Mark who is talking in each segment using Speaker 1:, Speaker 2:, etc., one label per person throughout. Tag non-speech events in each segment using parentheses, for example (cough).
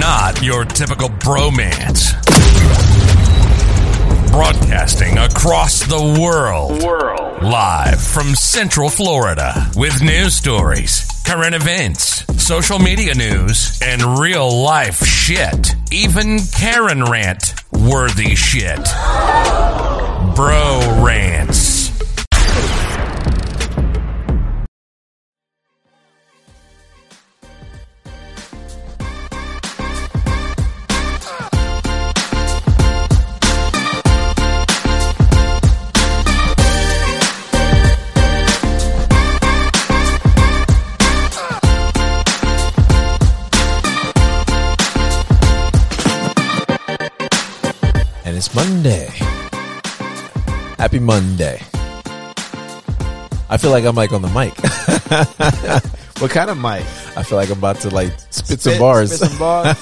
Speaker 1: not your typical bromance. Broadcasting across the world. World. Live from Central Florida with news stories, current events, social media news, and real life shit. Even Karen rant worthy shit. Bro rants.
Speaker 2: and it's Monday. Happy Monday. I feel like I'm like on the mic. (laughs)
Speaker 3: What kind of mic?
Speaker 2: I feel like I'm about to like spit, some bars.
Speaker 3: Spit some (laughs) bars.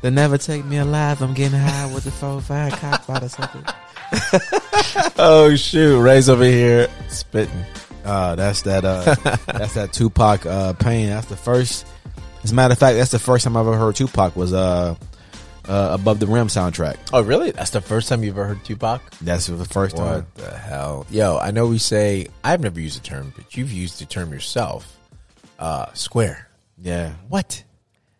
Speaker 3: they never take me alive. I'm getting high with the four five cock by the sucker. (laughs)
Speaker 2: oh shoot, Ray's over here spitting.
Speaker 3: Uh, that's that. Uh, that's that Tupac uh, pain. That's the first. As a matter of fact, that's the first time I've ever heard Tupac was uh, uh above the rim soundtrack.
Speaker 2: (laughs) Oh really? That's the first time you've ever heard Tupac?
Speaker 3: That's the first time.
Speaker 2: What the hell? Yo, I know we say I've never used the term, but you've used the term yourself. Uh square.
Speaker 3: Yeah,
Speaker 2: What?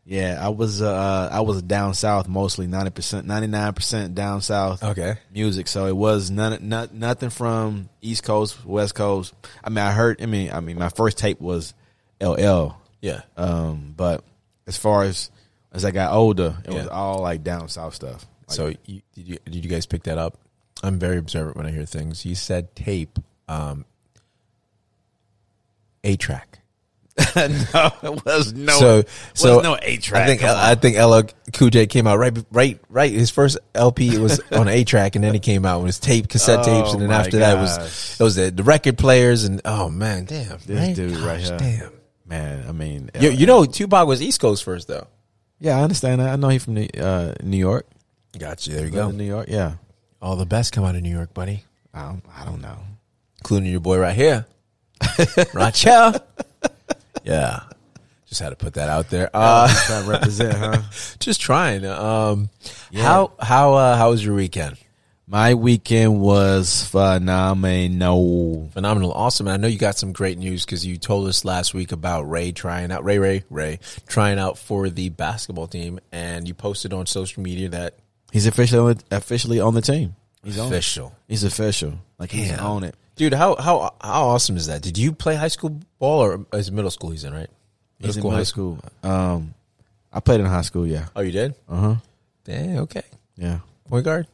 Speaker 3: yeah. I was uh, I was down south mostly ninety percent, ninety nine percent down south.
Speaker 2: Okay.
Speaker 3: music. So it was none, not, nothing from East Coast, West Coast. I mean, I heard. I mean, I mean, my first tape was LL.
Speaker 2: Yeah.
Speaker 3: Um, but as far as as I got older, it was
Speaker 2: Yeah.
Speaker 3: all like down
Speaker 2: (laughs)
Speaker 3: south stuff. (laughs) Like,
Speaker 2: so you, did you did you guys pick that up? I'm very observant when I hear things. You said tape, um, a track.
Speaker 3: no, it was no.
Speaker 2: so so
Speaker 3: no eight track.
Speaker 2: I think uh,
Speaker 3: Come on.
Speaker 2: I think LL Cool J came out right be- right right. His first LP
Speaker 3: (laughs)
Speaker 2: was on a track, and then it came out with his tape, cassette tapes, and then
Speaker 3: Oh my
Speaker 2: after that was
Speaker 3: gosh.
Speaker 2: it was the, the record players, and oh man, damn
Speaker 3: This
Speaker 2: man,
Speaker 3: dude right
Speaker 2: gosh,
Speaker 3: here.
Speaker 2: damn.
Speaker 3: man, I mean,
Speaker 2: You,
Speaker 3: uh,
Speaker 2: you know Tupac was East Coast first though.
Speaker 3: yeah, I understand that. I know he from New, uh, New York.
Speaker 2: Gotcha. There you
Speaker 3: Go. New York, yeah.
Speaker 2: All the best come out of New York, buddy.
Speaker 3: I don't, I don't know.
Speaker 2: including your boy right
Speaker 3: (laughs)
Speaker 2: here, Rachel. yeah, just had to put that out there. Uh,
Speaker 3: Try to represent, huh?
Speaker 2: (laughs) just trying. Um, How how uh, how was your weekend?
Speaker 3: My weekend was phenomenal.
Speaker 2: Phenomenal, awesome. And I know you got some great news because you told us last week about Ray trying out Ray Ray Ray trying out for the basketball team, and you posted on social media that
Speaker 3: He's officially on the, officially on the team. He's on. it.
Speaker 2: official.
Speaker 3: He's official. Like he's
Speaker 2: Damn.
Speaker 3: on it.
Speaker 2: Dude, how how how awesome is that? Did you play high school ball or is it middle school? He's in right.
Speaker 3: He's in
Speaker 2: high
Speaker 3: middle school. Um, I played in high school. Yeah.
Speaker 2: Oh, you did.
Speaker 3: Uh huh.
Speaker 2: Damn. Okay.
Speaker 3: Yeah.
Speaker 2: Point guard.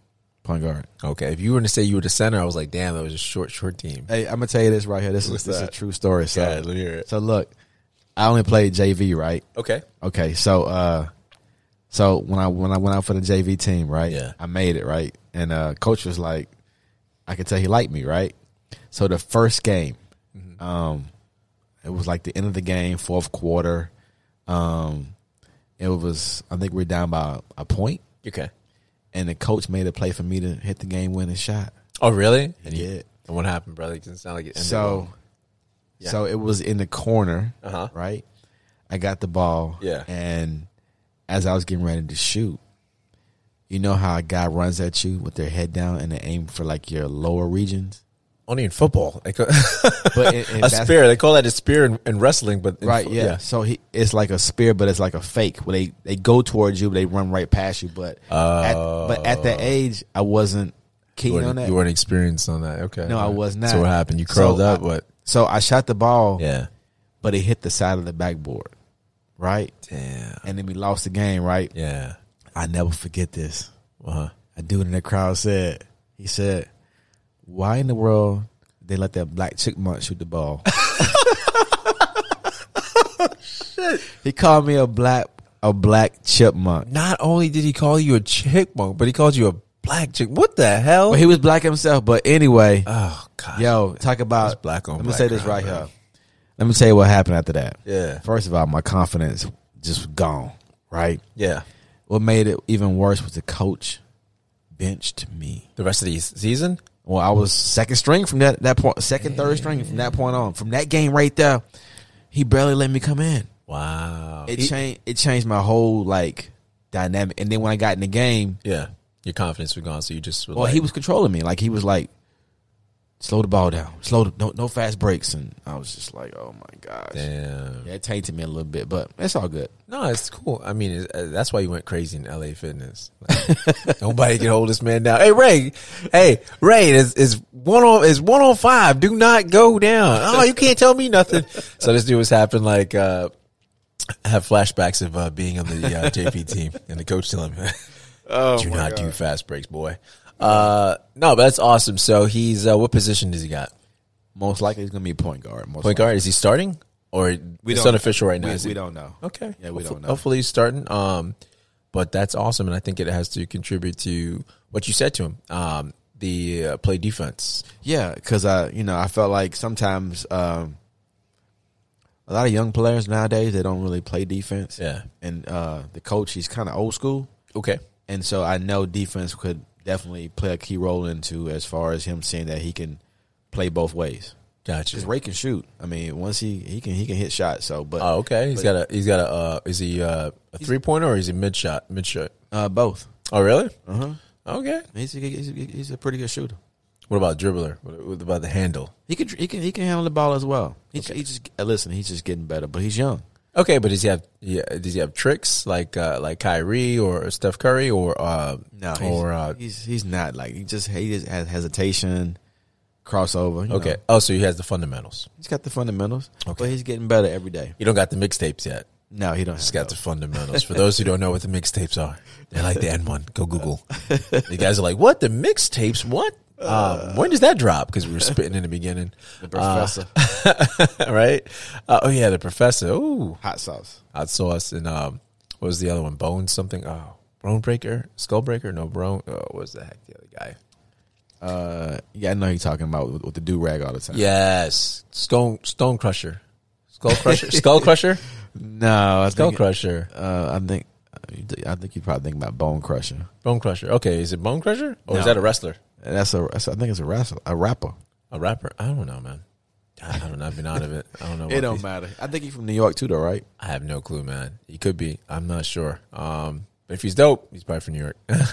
Speaker 3: Point guard.
Speaker 2: Okay, if you were to say you were the center, I was like, damn, that was a short, short team.
Speaker 3: Hey, I'm gonna tell you this right here. This
Speaker 2: What's
Speaker 3: is this is a
Speaker 2: that?
Speaker 3: true story. So,
Speaker 2: Yeah, let me hear it.
Speaker 3: so look, I only played JV, right?
Speaker 2: Okay.
Speaker 3: Okay. So, uh, so when I when I went out for the JV team, right?
Speaker 2: Yeah.
Speaker 3: I made it right, and uh, coach was like, I could tell he liked me, right? So the first game,
Speaker 2: Mm-hmm.
Speaker 3: um, it was like the end of the game, fourth quarter. Um, it was I think we we're down by a point.
Speaker 2: Okay.
Speaker 3: and the coach made a play for me to hit the game winning shot.
Speaker 2: Oh, really? And
Speaker 3: Yeah.
Speaker 2: And what happened, brother? It doesn't sound like it. Ended
Speaker 3: So,
Speaker 2: Yeah.
Speaker 3: so it was in the corner,
Speaker 2: Uh-huh.
Speaker 3: right? I got the ball,
Speaker 2: Yeah.
Speaker 3: And as I was getting ready to shoot, you know how a guy runs at you with their head down and they aim for like your lower
Speaker 2: (laughs)
Speaker 3: regions,
Speaker 2: only in football, they (laughs) call,
Speaker 3: but in, in
Speaker 2: a
Speaker 3: bas-
Speaker 2: spear. They call that a spear in, in wrestling, but in
Speaker 3: right?
Speaker 2: fo-
Speaker 3: Yeah. So he, it's like a spear, but it's like a fake. Where they they go towards you, but they run right past you. But at, but at that age, I wasn't
Speaker 2: Oh. You
Speaker 3: keen on
Speaker 2: weren't,
Speaker 3: that.
Speaker 2: you weren't experienced on that. Okay.
Speaker 3: no, I
Speaker 2: Alright.
Speaker 3: was not.
Speaker 2: So what happened? You curled
Speaker 3: So
Speaker 2: up.
Speaker 3: I-
Speaker 2: what?
Speaker 3: So I shot the ball.
Speaker 2: Yeah.
Speaker 3: but it hit the side of the backboard, right?
Speaker 2: Damn.
Speaker 3: And then we lost the game, right?
Speaker 2: Yeah.
Speaker 3: I never forget this.
Speaker 2: Uh-huh.
Speaker 3: A dude in the crowd said, he said, why in the world they let that black chipmunk shoot the ball? (laughs) Shit. He called me a black a black chipmunk.
Speaker 2: Not only did he call you a chickbone, but he called you a black chick. What the hell?
Speaker 3: Well, he was black himself, but anyway,
Speaker 2: oh, God.
Speaker 3: yo, talk
Speaker 2: That's
Speaker 3: about
Speaker 2: black on
Speaker 3: Let me
Speaker 2: black
Speaker 3: say this
Speaker 2: crime,
Speaker 3: right
Speaker 2: bro.
Speaker 3: here. Let me tell you what happened after that.
Speaker 2: Yeah.
Speaker 3: First of all, my confidence just gone, right?
Speaker 2: Yeah.
Speaker 3: What made it even worse was the coach benched me.
Speaker 2: The rest of the season?
Speaker 3: Well, I was second string from that that point, second third string from that point on. From that game right there, he barely let me come in.
Speaker 2: Wow.
Speaker 3: It changed. It changed my whole like dynamic. And then when I got in the game,
Speaker 2: yeah. Your confidence was gone, so you just were
Speaker 3: well,
Speaker 2: like,
Speaker 3: he was controlling me. Like he was like, slow the ball down, slow, the, no, no fast breaks. And I was just like, oh my gosh,
Speaker 2: damn.
Speaker 3: that tainted me a little bit, but it's all good.
Speaker 2: No, it's cool. I mean, it, uh, that's why you went crazy in LA Fitness. Like, (laughs) nobody can hold this man down. Hey Ray, hey Ray, is is one on is one on five. Do not go down. Oh, you can't tell me nothing. So this dude was happening like. uh I have flashbacks of uh, being on the uh, JP team and the coach telling him, (laughs)
Speaker 3: Oh,
Speaker 2: "Do not do fast breaks, boy." Uh, no, but that's awesome. So he's uh, what position does he got?
Speaker 3: Most likely, it's gonna be a point guard. Most
Speaker 2: Point guard? Is he starting or
Speaker 3: We
Speaker 2: it's
Speaker 3: don't-
Speaker 2: unofficial right now?
Speaker 3: We,
Speaker 2: is
Speaker 3: we
Speaker 2: he?
Speaker 3: don't know.
Speaker 2: Okay.
Speaker 3: Yeah, we
Speaker 2: Hopef-
Speaker 3: don't know.
Speaker 2: Hopefully he's starting. Um, but that's awesome, and I think it has to contribute to what you said to him. Um, the uh, play defense.
Speaker 3: Yeah, because I, you know, I felt like sometimes um, a lot of young players nowadays they don't really play defense.
Speaker 2: Yeah.
Speaker 3: and uh, the coach he's kind of old school,
Speaker 2: Okay.
Speaker 3: and so I know defense could definitely play a key role into as far as him seeing that he can play both ways.
Speaker 2: Gotcha.
Speaker 3: Because Ray can shoot. I mean, once he he can he can hit shots. So, but
Speaker 2: Oh, okay. He's got a. He's got a. Uh, is he uh, a three pointer or is he mid shot? Mid shot.
Speaker 3: uh, both.
Speaker 2: Oh, really?
Speaker 3: Uh huh.
Speaker 2: Okay.
Speaker 3: He's a, he's, a, he's a pretty good shooter.
Speaker 2: What about dribbler? What, what about the handle?
Speaker 3: He can he can he can handle the ball as well. He, okay. he just uh, listen. He's just getting better, but he's young.
Speaker 2: Okay, but does he have? Yeah, does he have tricks like uh, like Kyrie or Steph Curry or uh,
Speaker 3: No, he's,
Speaker 2: or uh,
Speaker 3: he's he's not like he just he just has hesitation, crossover. you
Speaker 2: okay?
Speaker 3: know.
Speaker 2: Oh, so he has the fundamentals.
Speaker 3: he's got the fundamentals, but he's getting better every day.
Speaker 2: You don't got the mixtapes yet.
Speaker 3: No, he don't. Have
Speaker 2: Just got the fundamentals. For those who don't know what the mixtapes are, they're like the N one. Go Google. you guys are like, what the mixtapes? What? Um, when does that drop? Because we were spitting in the beginning, (laughs)
Speaker 3: the professor
Speaker 2: right? Uh, oh yeah, the professor. Ooh,
Speaker 3: (laughs) hot sauce.
Speaker 2: hot sauce and um, what was the other one? Bone something. Oh, bone breaker, skull breaker. No, bone. Oh, what was the heck? The other guy.
Speaker 3: Uh, yeah, I know you're talking about with, with the do rag all the time.
Speaker 2: Yes, Stone Stone Crusher, Skull Crusher, Skull Crusher,
Speaker 3: No, I
Speaker 2: Skull
Speaker 3: think
Speaker 2: Crusher,
Speaker 3: uh, I think I think you probably think about Bone Crusher.
Speaker 2: Bone Crusher. Okay, is it Bone Crusher or is
Speaker 3: No.
Speaker 2: that a wrestler,
Speaker 3: That's a that's, I think it's a wrestler, a rapper.
Speaker 2: a rapper? I don't know, man. I I don't know. I've been out of (laughs) it. I don't know. what these-
Speaker 3: matter. I think he's from New York too, though, right?
Speaker 2: I have no clue, man. He could be. I'm not sure. Um, but if he's dope, he's probably from New York. (laughs) no,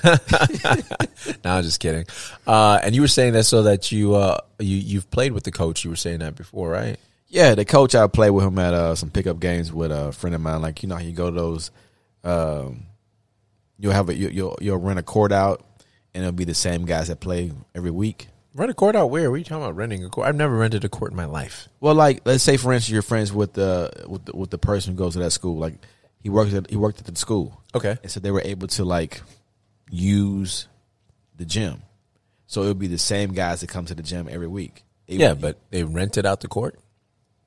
Speaker 2: I'm just kidding. Uh, and you were saying that so that you uh you you've played with the coach. You were saying that before, right?
Speaker 3: Yeah, the coach I played with him at uh, some pickup games with a friend of mine. Like you know how you go to those, um, you'll have a you, you'll you'll rent a court out, and it'll be the same guys that play every week.
Speaker 2: Rent a court out where? What are you talking about renting a court? I've never rented a court in my life.
Speaker 3: Well, like let's say for instance you're friends with the with the, with the person who goes to that school. Like he worked at he worked at the school,
Speaker 2: Okay.
Speaker 3: and so they were able to like use the gym. So it'll be the same guys that come to the gym every week. It-
Speaker 2: Yeah, but they rented out the court.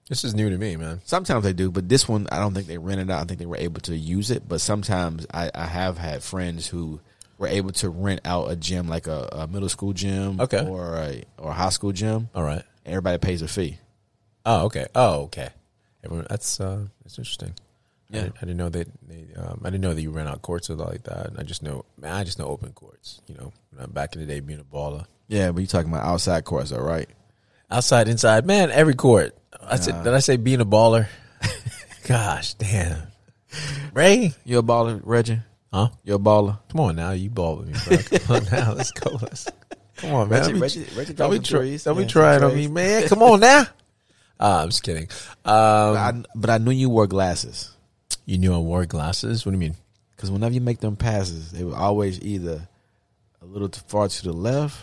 Speaker 2: This is new to me, man.
Speaker 3: Sometimes they do, but this one I don't think they rented out. I think they were able to use it. But sometimes I, I have had friends who were able to rent out a gym, like a, a middle school gym,
Speaker 2: Okay.
Speaker 3: or a or a high school gym.
Speaker 2: All right.
Speaker 3: Everybody pays a fee.
Speaker 2: Oh, okay. Oh, okay. Everyone, that's uh, that's interesting. I
Speaker 3: Yeah.
Speaker 2: didn't, I didn't know that. They, um, I didn't know that you ran out courts or like that. And I just know, man, I just know open courts. You know, when I'm back in the day being a baller,
Speaker 3: Yeah, but you talking about outside courts, though, right?
Speaker 2: outside, inside, man, every court. I said, did I say being a baller? (laughs) Gosh, damn, Ray,
Speaker 3: You a baller, Reggie?
Speaker 2: huh?
Speaker 3: You a baller?
Speaker 2: Come on now, you ball with me, bro. Come on (laughs) now, let's go. Let's, come on, man.
Speaker 3: Reggie-
Speaker 2: Don't be-
Speaker 3: Reggie- Reggie
Speaker 2: don't be,
Speaker 3: dropping
Speaker 2: try-
Speaker 3: threes.
Speaker 2: don't be
Speaker 3: Yeah,
Speaker 2: trying
Speaker 3: some
Speaker 2: on me,
Speaker 3: threes. (laughs)
Speaker 2: man. Come on now. Uh, I'm just kidding. Um,
Speaker 3: I, but I knew you wore glasses
Speaker 2: you knew I wore glasses. What do you mean?
Speaker 3: because whenever you make them passes, they were always either a little too far to the left.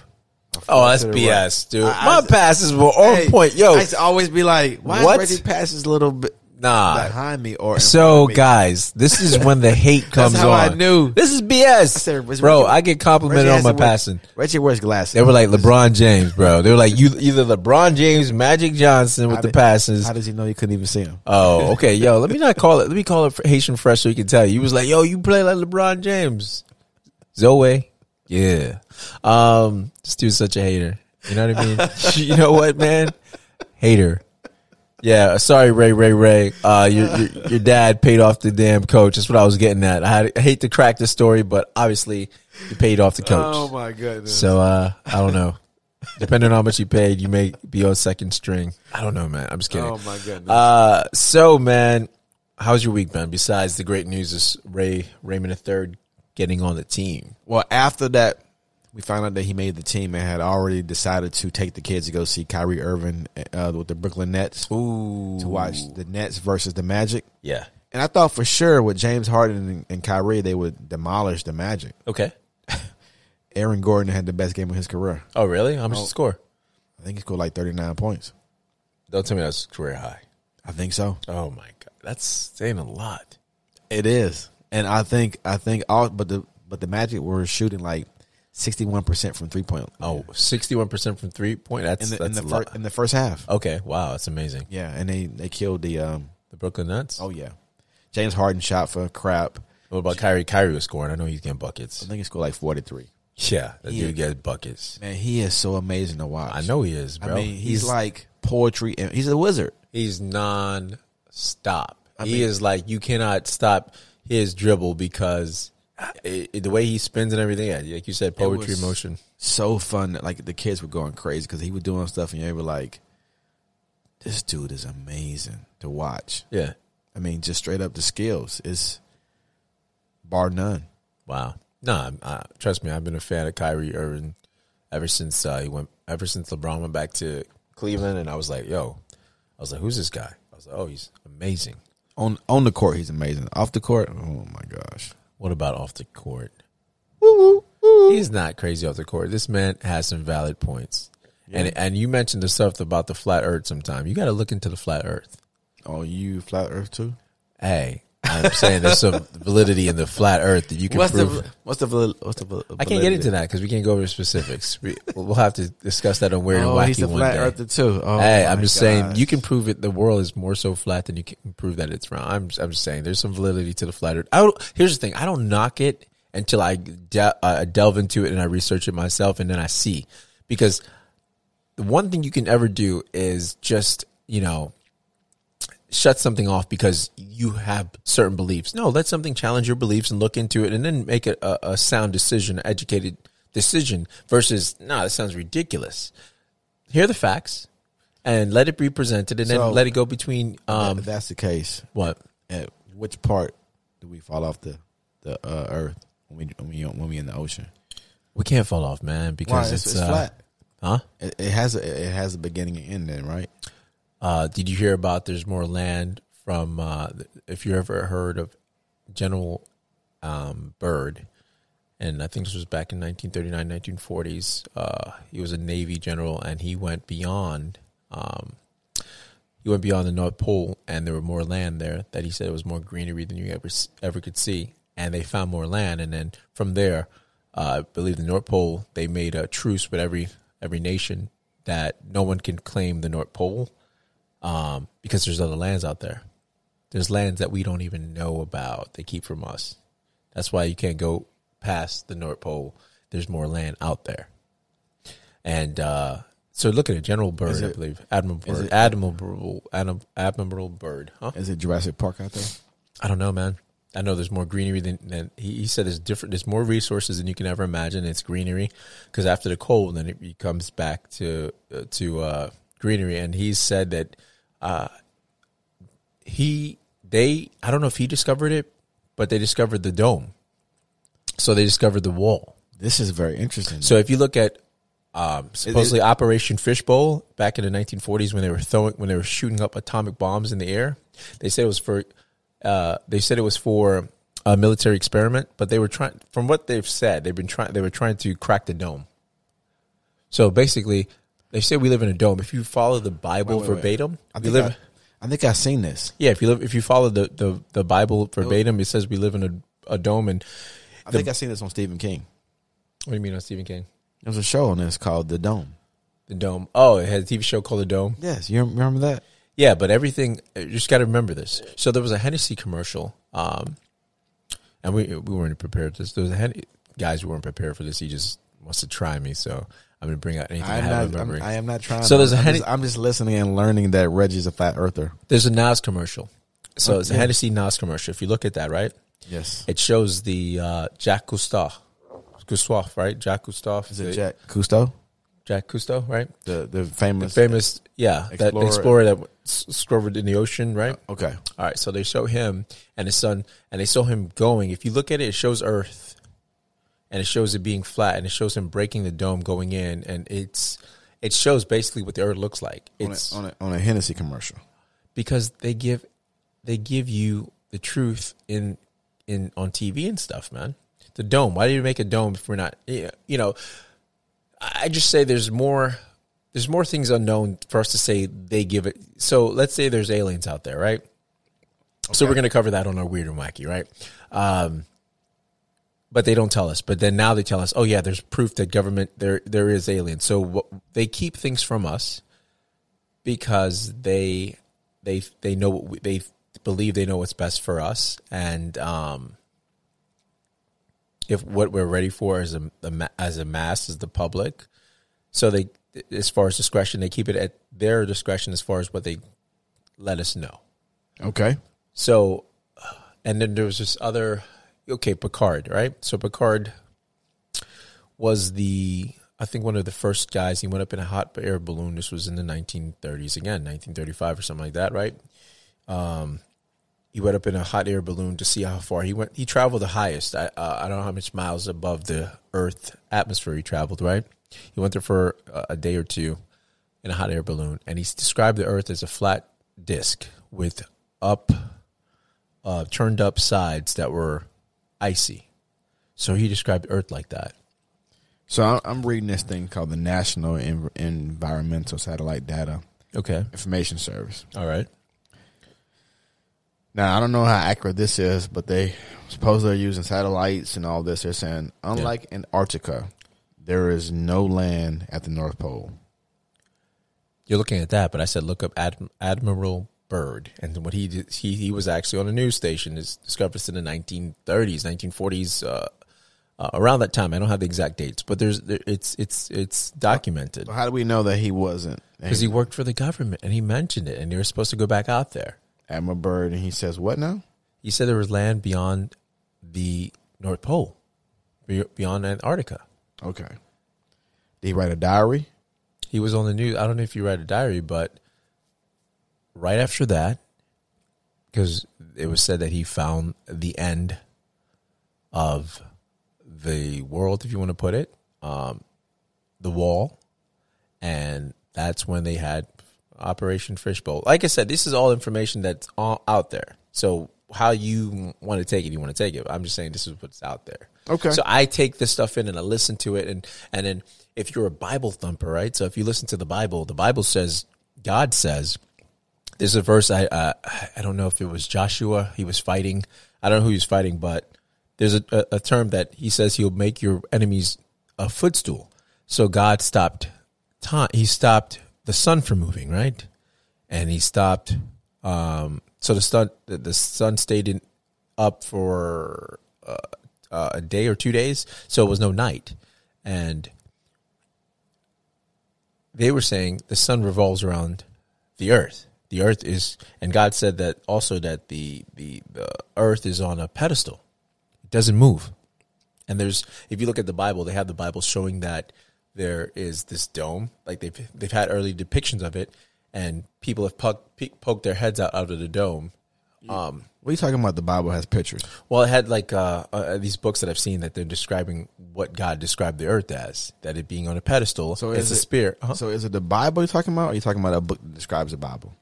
Speaker 2: Oh,
Speaker 3: or far
Speaker 2: that's
Speaker 3: to the
Speaker 2: BS, dude.
Speaker 3: I- I
Speaker 2: My
Speaker 3: was-
Speaker 2: passes were on
Speaker 3: Hey,
Speaker 2: point, yo.
Speaker 3: I used to always be like, why
Speaker 2: What?
Speaker 3: is Reggie passes a little bit
Speaker 2: nah.
Speaker 3: behind me or in front
Speaker 2: So
Speaker 3: of me?
Speaker 2: guys, this is when the
Speaker 3: (laughs)
Speaker 2: hate comes
Speaker 3: how I
Speaker 2: on.
Speaker 3: knew.
Speaker 2: This is BS,
Speaker 3: said, was
Speaker 2: bro.
Speaker 3: Reggie-
Speaker 2: I get complimented
Speaker 3: Reggie
Speaker 2: on
Speaker 3: has
Speaker 2: my
Speaker 3: to wear-
Speaker 2: passing.
Speaker 3: Reggie wears glasses.
Speaker 2: They were like LeBron James, bro. They were like you either LeBron James, Magic Johnson with
Speaker 3: How
Speaker 2: the
Speaker 3: did-
Speaker 2: passes.
Speaker 3: How does he know you couldn't even see him?
Speaker 2: Oh, okay, yo. Let me not call it. Let me call it Haitian fresh so he can tell you. He was like, "Yo, you play like LeBron James." Zoe, yeah. Um, this dude's such a hater. You know what I mean? (laughs) you know what, man? Hater. Yeah. Sorry, Ray, Ray, Ray. Uh, your, your your dad paid off the damn coach. That's what I was getting at. I, had, I hate to crack this story, but obviously, he paid off the coach.
Speaker 3: Oh, my goodness!
Speaker 2: Oh, So uh, I don't know. Depending on how much you paid, you uh,
Speaker 3: Oh,
Speaker 2: may be on second string. I don't know, man. I'm just kidding.
Speaker 3: my goodness!
Speaker 2: Uh, so man, how's your week been? Besides the great news is Ray Raymond III getting on the team.
Speaker 3: Well, after that, we found out that he made the team and had already decided to take the kids to go see Kyrie Irving uh, with the Brooklyn Nets
Speaker 2: Ooh,
Speaker 3: to watch the Nets versus the Magic.
Speaker 2: Yeah.
Speaker 3: And I thought for sure with James Harden and, and Kyrie, they would demolish the Magic.
Speaker 2: Okay.
Speaker 3: Aaron Gordon had the best game of his career.
Speaker 2: Oh, really? How much the score?
Speaker 3: I think he scored like 39 points.
Speaker 2: Don't tell me that's career high.
Speaker 3: I think so.
Speaker 2: Oh my god, that's saying a lot.
Speaker 3: It is, and I think I think all but the but the Magic were shooting like sixty one percent from three point.
Speaker 2: Oh, 61 percent from three point. That's
Speaker 3: in the in
Speaker 2: that's
Speaker 3: the,
Speaker 2: a
Speaker 3: fir-
Speaker 2: lot.
Speaker 3: in the first half.
Speaker 2: okay, wow, that's amazing.
Speaker 3: Yeah, and they they killed the. um
Speaker 2: The Brooklyn Nets.
Speaker 3: Oh yeah, James Harden shot for crap.
Speaker 2: What about Kyrie? Kyrie was scoring. I know he's getting buckets.
Speaker 3: I think he scored like forty three.
Speaker 2: Yeah, that
Speaker 3: Yeah.
Speaker 2: dude gets buckets.
Speaker 3: Man, he is so amazing to watch.
Speaker 2: I know he is,
Speaker 3: I
Speaker 2: bro.
Speaker 3: mean, he's, like poetry, and he's a wizard.
Speaker 2: he's non-stop. he
Speaker 3: mean-
Speaker 2: is like you cannot stop his dribble because it, it- the way he spins and everything. yeah, Like you said,
Speaker 3: It
Speaker 2: poetry
Speaker 3: was
Speaker 2: motion.
Speaker 3: So fun. that, Like the kids were going crazy because he was doing stuff, and they were like, "This dude is amazing to watch."
Speaker 2: Yeah.
Speaker 3: I mean, just straight up the skills is bar none.
Speaker 2: Wow. No, I'm, I, trust me, I've been a fan of Kyrie Irving ever since uh, he went. Ever since LeBron went back to Cleveland, and I was like, "Yo," I was like, "Who's this guy?" I was like, "Oh, he's amazing."
Speaker 3: On on the court, he's amazing. Off the court, oh my gosh.
Speaker 2: What about off the court? He's not crazy off the court. This man has some valid points. And and you mentioned the stuff about the flat earth sometime. You got to look into the flat earth.
Speaker 3: Oh, you flat Earth too?
Speaker 2: Hey, I'm saying there's
Speaker 3: (laughs)
Speaker 2: some validity in the flat earth that you can
Speaker 3: What's the
Speaker 2: prove.
Speaker 3: what's the vali- what's the val-
Speaker 2: I can't get into that because we can't go over specifics. We, we'll have to discuss that on Weird and
Speaker 3: Oh,
Speaker 2: Wacky
Speaker 3: he's a
Speaker 2: one
Speaker 3: flat
Speaker 2: day.
Speaker 3: Earther too. Oh,
Speaker 2: hey,
Speaker 3: my
Speaker 2: I'm just saying
Speaker 3: gosh.
Speaker 2: you can prove it. The world is more so flat than you can prove that it's round. I'm I'm just saying there's some validity to the flat earth. I don't, here's the thing: I don't knock it until I de- uh, delve into it and I research it myself, and then I see because the one thing you can ever do is just you know shut something off because you have certain beliefs. No, let something challenge your beliefs and look into it, and then make a, a, a sound decision, an educated decision. Versus, nah, that sounds ridiculous. Hear the facts and let it be presented, and
Speaker 3: So-
Speaker 2: then let it go between um
Speaker 3: If that's the case,
Speaker 2: what
Speaker 3: at which part do we fall off the the uh, Earth when we when we when we in the ocean?
Speaker 2: we can't fall off, man, because
Speaker 3: Why?
Speaker 2: it's, uh, huh?
Speaker 3: It, it has a, it has a beginning and end, then right?
Speaker 2: Uh, did you hear about there's more land from uh, if you ever heard of General um, Byrd, and I think this was back in 1939, 1940s. Uh, he was a Navy general, and he went beyond. Um, he went beyond the North Pole, and there were more land there that he said was more greenery than you ever s- ever could see. And they found more land, and then from there, uh, I believe the North Pole. They made a truce with every every nation that no one can claim the North Pole um, because there's other lands out there. There's lands that we don't even know about. They keep from us. That's why you can't go past the North Pole. There's more land out there. And uh, so look at it, General Bird, I
Speaker 3: it-
Speaker 2: believe, Admiral Bird, Admirable, Adam, Admiral Bird, huh?
Speaker 3: Is it Jurassic Park out there?
Speaker 2: I don't know, man. I know there's more greenery than, than he, he said. There's different. There's more resources than you can ever imagine. It's greenery because after the cold, then it becomes back to uh, to uh, greenery. And he said that uh, he they I don't know if he discovered it, but they discovered the dome. So they discovered the wall.
Speaker 3: This is very interesting.
Speaker 2: So if you look at um, supposedly Operation Fishbowl back in the 1940s when they were throwing when they were shooting up atomic bombs in the air, they said it was for uh, they said it was for a military experiment, but they were trying from what they've said they've been trying they were trying to crack the dome. So basically, they say we live in a dome. If you follow the Bible
Speaker 3: Wait, wait, wait.
Speaker 2: verbatim,
Speaker 3: I
Speaker 2: we
Speaker 3: think
Speaker 2: live.
Speaker 3: I, I think I've seen this.
Speaker 2: yeah, if you live, if you follow the, the, the Bible verbatim, it says we live in a, a dome. And
Speaker 3: I think I've seen this on Stephen King.
Speaker 2: what do you mean on Stephen King?
Speaker 3: There was a show on this called The Dome.
Speaker 2: The dome. Oh, it had a TV show called The Dome.
Speaker 3: Yes, you remember that?
Speaker 2: Yeah, but everything uh, you just got to remember this. So there was a Hennessy commercial, um, and we we weren't prepared for this. There was a Hen- guys who weren't prepared for this. He just wants to try me, so I'm gonna bring out anything I,
Speaker 3: I am
Speaker 2: have in
Speaker 3: not.
Speaker 2: memory.
Speaker 3: I'm, I am not trying.
Speaker 2: So there's a
Speaker 3: I'm
Speaker 2: Henny-
Speaker 3: just, I'm just listening and learning that Reggie's a flat earther.
Speaker 2: There's a Nas commercial,
Speaker 3: Oh,
Speaker 2: so it's a Hennessy Nas commercial. If you look at that, right,
Speaker 3: Yes,
Speaker 2: it shows the uh, Jack Gustave, Gustave, right? Jack Gustave,
Speaker 3: is it Jack Cousteau?
Speaker 2: Jack Cousteau, right?
Speaker 3: The the famous
Speaker 2: Famous, yeah, that
Speaker 3: Explorer. Uh,
Speaker 2: explorer that s- scrovered in the ocean, right?
Speaker 3: Okay.
Speaker 2: All right, so they show him and his son, and they show him going. If you look at it, it shows Earth, and it shows it being flat, and it shows him breaking the dome going in, and it's it shows basically what the Earth looks like.
Speaker 3: On a,
Speaker 2: It's
Speaker 3: on, a, on a Hennessy commercial.
Speaker 2: because they give they give you the truth in in on TV and stuff, man. The dome. Why do you make a dome if we're not? yeah, You know, I I just say there's more. There's more things unknown for us to say they give it. So let's say there's aliens out there, right? So we're going to cover that on our weird and wacky, right? Um, but they don't tell us. But then now they tell us, oh yeah, there's proof that government there there is aliens. So what, they keep things from us because they they they know what we, they believe they know what's best for us and um if what we're ready for as a, a ma- as a mass as the public so they as far as discretion they keep it at their discretion as far as what they let us know
Speaker 3: Okay.
Speaker 2: so, and then there was this other, okay, Picard, right? So Picard was the, I think one of the first guys. He went up in a hot air balloon. This was in the 1930s again, 1935 or something like that, right? Um, he went up in a hot air balloon to see how far he went. He traveled the highest. I uh, I don't know how much miles above the Earth atmosphere he traveled. Right? He went there for uh, a day or two in a hot air balloon, and he's described the Earth as a flat disk with up uh, turned up sides that were icy. So he described Earth like that.
Speaker 3: So I- I'm reading this thing called the National En- Environmental Satellite Data
Speaker 2: Okay.
Speaker 3: Information Service.
Speaker 2: All right.
Speaker 3: Now I don't know how accurate this is, but they suppose they're using satellites and all this. They're saying, unlike Antarctica, there is no land at the North Pole.
Speaker 2: You're looking at that, but I said look up Ad- Admiral Byrd, and what he did, he he was actually on a news station. Is discovered this in the 1930s, 1940s, uh, uh, around that time. I don't have the exact dates, but there's there, it's it's it's documented
Speaker 3: But how do we know that he wasn't?
Speaker 2: because he worked for the government and he mentioned it, and they were supposed to go back out there.
Speaker 3: Admiral Byrd, and he says, "What now?"
Speaker 2: He said there was land beyond the North Pole, be- beyond Antarctica.
Speaker 3: Okay. Did he write a diary?
Speaker 2: he was on the news. I don't know if you read a diary, but right after that, because it was said that he found the end of the world, if you want to put it, um, the wall, and that's when they had Operation Fishbowl. Like I said, this is all information that's all out there. So how you want to take it, you want to take it. I'm just saying this is what's out there.
Speaker 3: Okay.
Speaker 2: So I take this stuff in and I listen to it, and and then if you're a Bible thumper, right? So if you listen to the Bible, the Bible says God says there's a verse I uh, I don't know if it was Joshua he was fighting I don't know who he was fighting but there's a, a, a term that he says he'll make your enemies a footstool so God stopped time he stopped the sun from moving right and he stopped um so the sun the, the sun stayed in, up for uh, uh, a day or two days so it was no night and they were saying the sun revolves around the earth. The earth is, and God said that also that the the, the earth is on a pedestal. It doesn't move. And there's, if you look at the Bible, they have the Bible showing that there is this dome, like they've they've had early depictions of it, and people have poked, pe- poked their heads out out of the dome. Um,
Speaker 3: What are you talking about? The Bible has pictures.
Speaker 2: well, it had like uh, uh, these books that I've seen that they're describing what God described the earth as, that it being on a pedestal. So it's a
Speaker 3: it-
Speaker 2: spear. Uh-huh.
Speaker 3: So is it the Bible you're talking about? Or are you talking about a book that describes the Bible?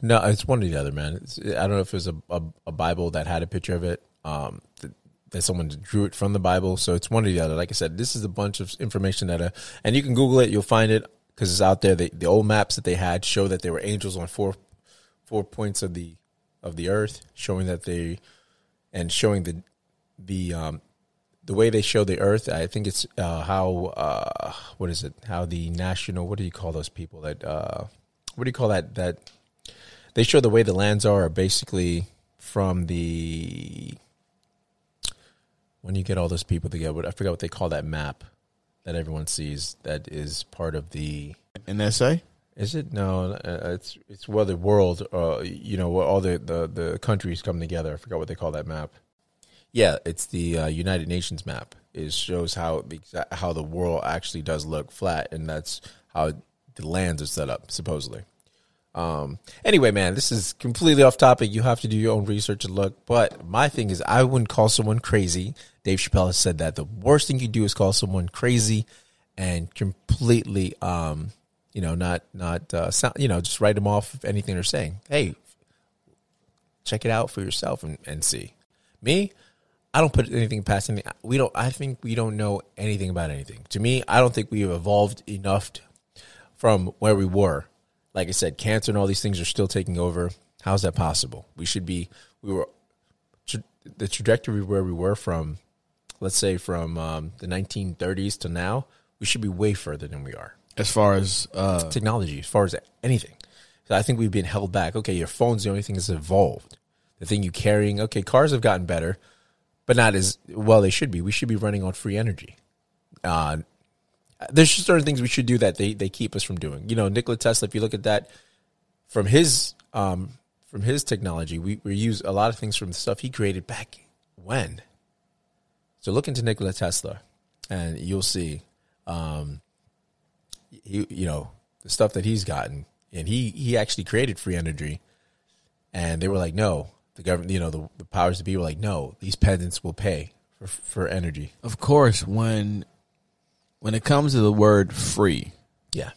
Speaker 2: No, it's one or the other, man. It's, I don't know if it was a, a, a Bible that had a picture of it, um, th- that someone drew it from the Bible. So it's one or the other. Like I said, this is a bunch of information that, uh, and you can Google it, you'll find it because it's out there. The, the old maps that they had show that there were angels on four four points of the of the earth, showing that they and showing the the um, the way they show the earth. I think it's uh, how uh, what is it? How the national what do you call those people that uh, what do you call that that they show the way the lands are are basically from the when you get all those people together what- i forgot what they call that map that everyone sees that is part of the
Speaker 3: In that say?
Speaker 2: is it no uh, it's it's where the world uh you know where all the the, the countries come together i forgot what they call that map Yeah, it's the uh, United Nations map. It shows how the exa- how the world actually does look flat, and that's how the lands are set up supposedly. Um. Anyway, man, this is completely off topic. You have to do your own research and look. But my thing is, I wouldn't call someone crazy. Dave Chappelle has said that the worst thing you do is call someone crazy and completely, um, you know, not not uh, sound, you know, just write them off of anything they're saying. Hey, check it out for yourself and, and see. Me, I don't put anything past anything. We don't. I think we don't know anything about anything. To me, I don't think we have evolved enough t- from where we were. Like I said, cancer and all these things are still taking over. How's that possible? We should be. We were tra- the trajectory where we were from. Let's say from um, the 1930s to now, we should be way further than we are
Speaker 3: As far as uh,
Speaker 2: technology as far as anything. So I think we've been held back. Okay, your phone's the only thing that's evolved. The thing you're carrying, okay, cars have gotten better, but not as well they should be. We should be running on free energy. Uh, there's just certain things we should do that they, they keep us from doing. You know, Nikola Tesla, if you look at that from his um, from his technology, we, we use a lot of things from the stuff he created back when. So look into Nikola Tesla and you'll see he, you know, the stuff that he's gotten, and he he actually created free energy, and they were like, no, the government, you know, the, the powers to be were like, no, these peasants will pay for for energy.
Speaker 3: of course, when when it comes to the word free,
Speaker 2: Yeah,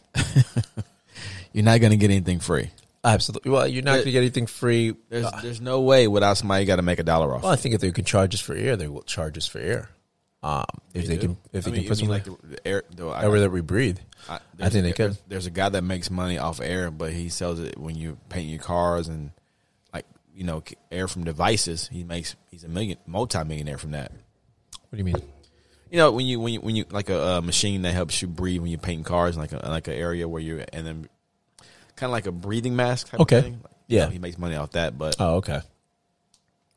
Speaker 3: you're not going to get anything free.
Speaker 2: (laughs) absolutely. Well, you're not going to get anything free.
Speaker 3: There's there's no way without somebody got to make a dollar off.
Speaker 2: Well, I think if they can charge us for air, they will charge us for air. Um, if they, can, if they
Speaker 3: I
Speaker 2: can
Speaker 3: mean, you
Speaker 2: put something
Speaker 3: mean like
Speaker 2: like
Speaker 3: the, the air. The, I,
Speaker 2: air that we breathe, I,
Speaker 3: there's
Speaker 2: think
Speaker 3: a-
Speaker 2: they could.
Speaker 3: There's a guy that makes money off air, but he sells it when you paint your cars and like you know c- air from devices. He makes he's a million multi-millionaire from that.
Speaker 2: What do you mean?
Speaker 3: You know when you when you when you like a, uh machine that helps you breathe when you paint cars, like a, like an area where you and then kind of like a breathing mask. Type
Speaker 2: Okay.
Speaker 3: of thing. Like, you
Speaker 2: Yeah.
Speaker 3: know, he makes money off that, but
Speaker 2: Oh, okay.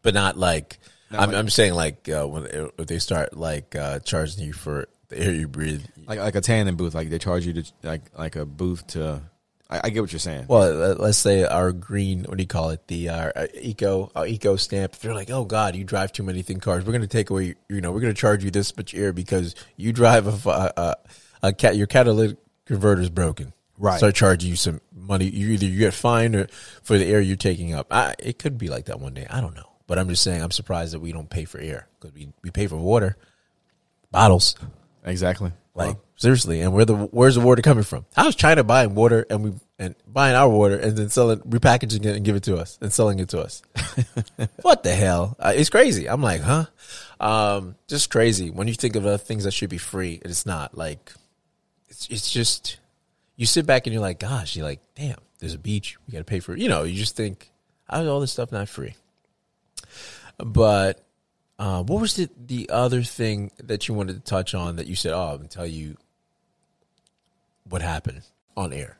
Speaker 2: But not like
Speaker 3: Not
Speaker 2: I'm.
Speaker 3: like-
Speaker 2: I'm saying like uh, when if they start like uh, charging you for the air you breathe,
Speaker 3: like like a tanning booth, like they charge you to like like a booth to. I, I get what you're saying.
Speaker 2: Well, let- let's say our green, what do you call it? The uh, our eco our eco stamp. If you're like, oh God, you drive too many thin cars, we're going to take away, you know, we're going to charge you this much air because you drive a, f- a, a, a cat, your catalytic converter's broken.
Speaker 3: Right.
Speaker 2: Start charging you some money. You either you get fined or for the air you're taking up. I, it could be like that one day. I don't know. But I'm just saying, I'm surprised that we don't pay for air because we, we pay for water, bottles.
Speaker 3: Exactly.
Speaker 2: Like seriously, and where the where's the water coming from? How's China buying water and we and buying our water and then selling repackaging it and give it to us and selling it to us? what the hell? Uh, it's crazy. I'm like, huh? Um, just crazy. When you think of other things that should be free, it's not like it's it's just you sit back and you're like, gosh, you're like, damn, there's a beach, we got to pay for it. You know, you just think, how is all this stuff not free? But uh, what was the the other thing that you wanted to touch on that you said, oh, I'm gonna tell you what happened on air?